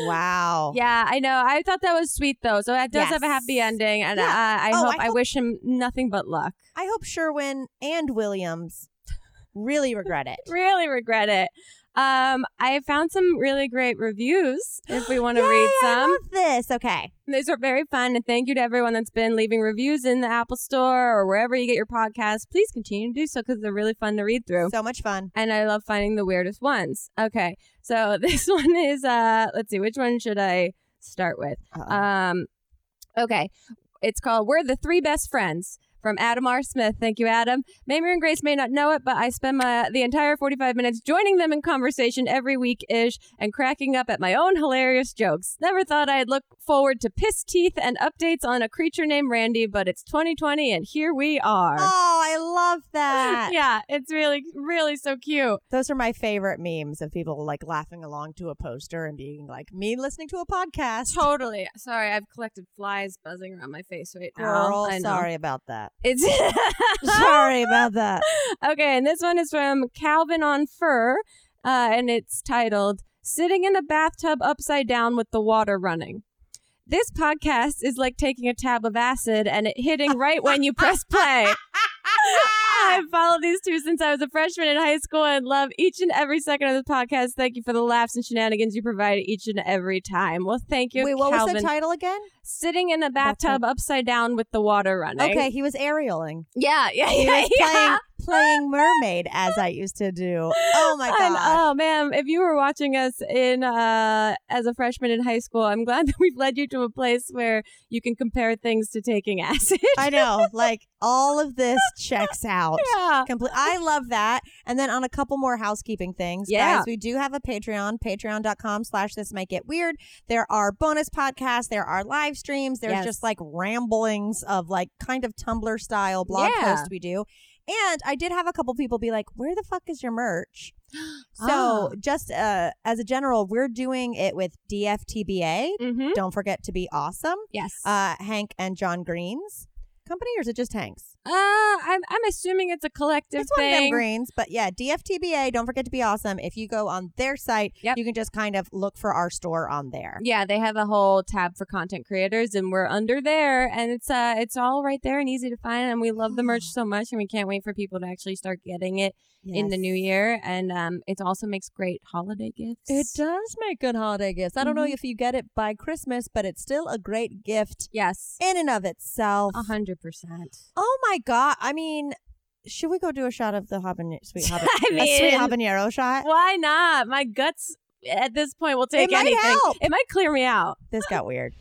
Speaker 6: wow.
Speaker 3: yeah, I know. I thought that was sweet though. So it does have a
Speaker 6: Yes.
Speaker 3: happy ending. And uh,
Speaker 6: Yeah.
Speaker 3: I, I,
Speaker 6: Oh,
Speaker 3: hope,
Speaker 6: I
Speaker 3: I
Speaker 6: hope-
Speaker 3: wish him nothing but luck.
Speaker 6: I hope Sherwin and Williams really regret it.
Speaker 3: Really regret it. Um, I found some really great reviews if we want to
Speaker 6: Yay,
Speaker 3: read
Speaker 6: I
Speaker 3: some.
Speaker 6: love this. Okay.
Speaker 3: These are very fun, and thank you to everyone that's been leaving reviews in the Apple Store or wherever you get your podcast. Please continue to do so because they're really fun to read through.
Speaker 6: So much fun.
Speaker 3: and I love finding the weirdest ones. Okay, so this one is uh, let's see, which one should I start with?
Speaker 6: Uh-oh.
Speaker 3: Um, okay, it's called "We're the Three Best Friends." from Adam R. Smith. Thank you, Adam. Mamrie and Grace may not know it, but I spend my the entire 45 minutes joining them in conversation every week ish and cracking up at my own hilarious jokes. Never thought I'd look forward to piss teeth and updates on a creature named Randy, but it's 2020 and here we are.
Speaker 6: Oh, I love that.
Speaker 3: Yeah, it's really, really so cute.
Speaker 6: Those are my favorite memes of people like laughing along to a poster and being like, me listening to a podcast.
Speaker 3: Totally. Sorry, I've collected flies buzzing around my face right now.
Speaker 6: Girl,
Speaker 3: I know.
Speaker 6: sorry about that.
Speaker 3: It's
Speaker 6: sorry about that.
Speaker 3: okay, and this one is from Calvin on Fur, uh, and it's titled Sitting in a Bathtub Upside Down with the Water Running. This podcast is like taking a tab of acid and it hitting right when you press play. I've followed these two since I was a freshman in high school and love each and every second of the podcast. Thank you for the laughs and shenanigans you provide each and every time. Well, thank you,
Speaker 6: Wait, what
Speaker 3: Calvin.
Speaker 6: was the title again?
Speaker 3: Sitting in a bathtub upside down with the water running.
Speaker 6: Okay, he was aerialing.
Speaker 3: Yeah, yeah,
Speaker 6: He
Speaker 3: yeah.
Speaker 6: was
Speaker 3: yeah.
Speaker 6: playing, playing mermaid as I used to do. Oh my
Speaker 3: And,
Speaker 6: god.
Speaker 3: oh man, if you were watching us in uh, as a freshman in high school, I'm glad that we've led you to a place where you can compare things to taking acid.
Speaker 6: I know. Like all of this checks out.
Speaker 3: yeah.
Speaker 6: Complete. I love that. And then on a couple more housekeeping things,
Speaker 3: Yeah.
Speaker 6: guys, we do have a Patreon, patreon.com slash this might get weird. There are bonus podcasts, there are live streams, there's
Speaker 3: Yes.
Speaker 6: just like ramblings of like kind of Tumblr style blog
Speaker 3: Yeah.
Speaker 6: posts we do. And I did have a couple people be like, where the fuck is your merch? So
Speaker 3: Ah.
Speaker 6: just uh, as a general, we're doing it with DFTBA.
Speaker 3: Mm-hmm.
Speaker 6: Don't forget to be awesome.
Speaker 3: Yes. Uh,
Speaker 6: Uh, Hank and John Green's company, or is it just Hank's?
Speaker 3: I'm I'm assuming it's a collective
Speaker 6: It's one of them
Speaker 3: thing.
Speaker 6: greens, but yeah, DFTBA. Don't forget to be awesome. If you go on their site,
Speaker 3: Yep.
Speaker 6: you can just kind of look for our store on there.
Speaker 3: Yeah, they have a whole tab for content creators, and we're under there, and it's uh, it's all right there and easy to find, and we love the merch so much, and we can't wait for people to actually start getting it in the
Speaker 6: Yes.
Speaker 3: new year, and um, it also makes great holiday gifts.
Speaker 6: It does make good holiday gifts. I don't know if you get it by Christmas, but it's still a great gift
Speaker 3: Yes,
Speaker 6: in and of itself.
Speaker 3: a hundred percent.
Speaker 6: Oh my god! I mean, should we go do a shot of the habanero, sweet habanero,
Speaker 3: I
Speaker 6: a sweet
Speaker 3: mean,
Speaker 6: habanero shot?
Speaker 3: Why not? My guts at this point will take
Speaker 6: It might
Speaker 3: anything.
Speaker 6: help.
Speaker 3: It might clear me out.
Speaker 6: This got weird.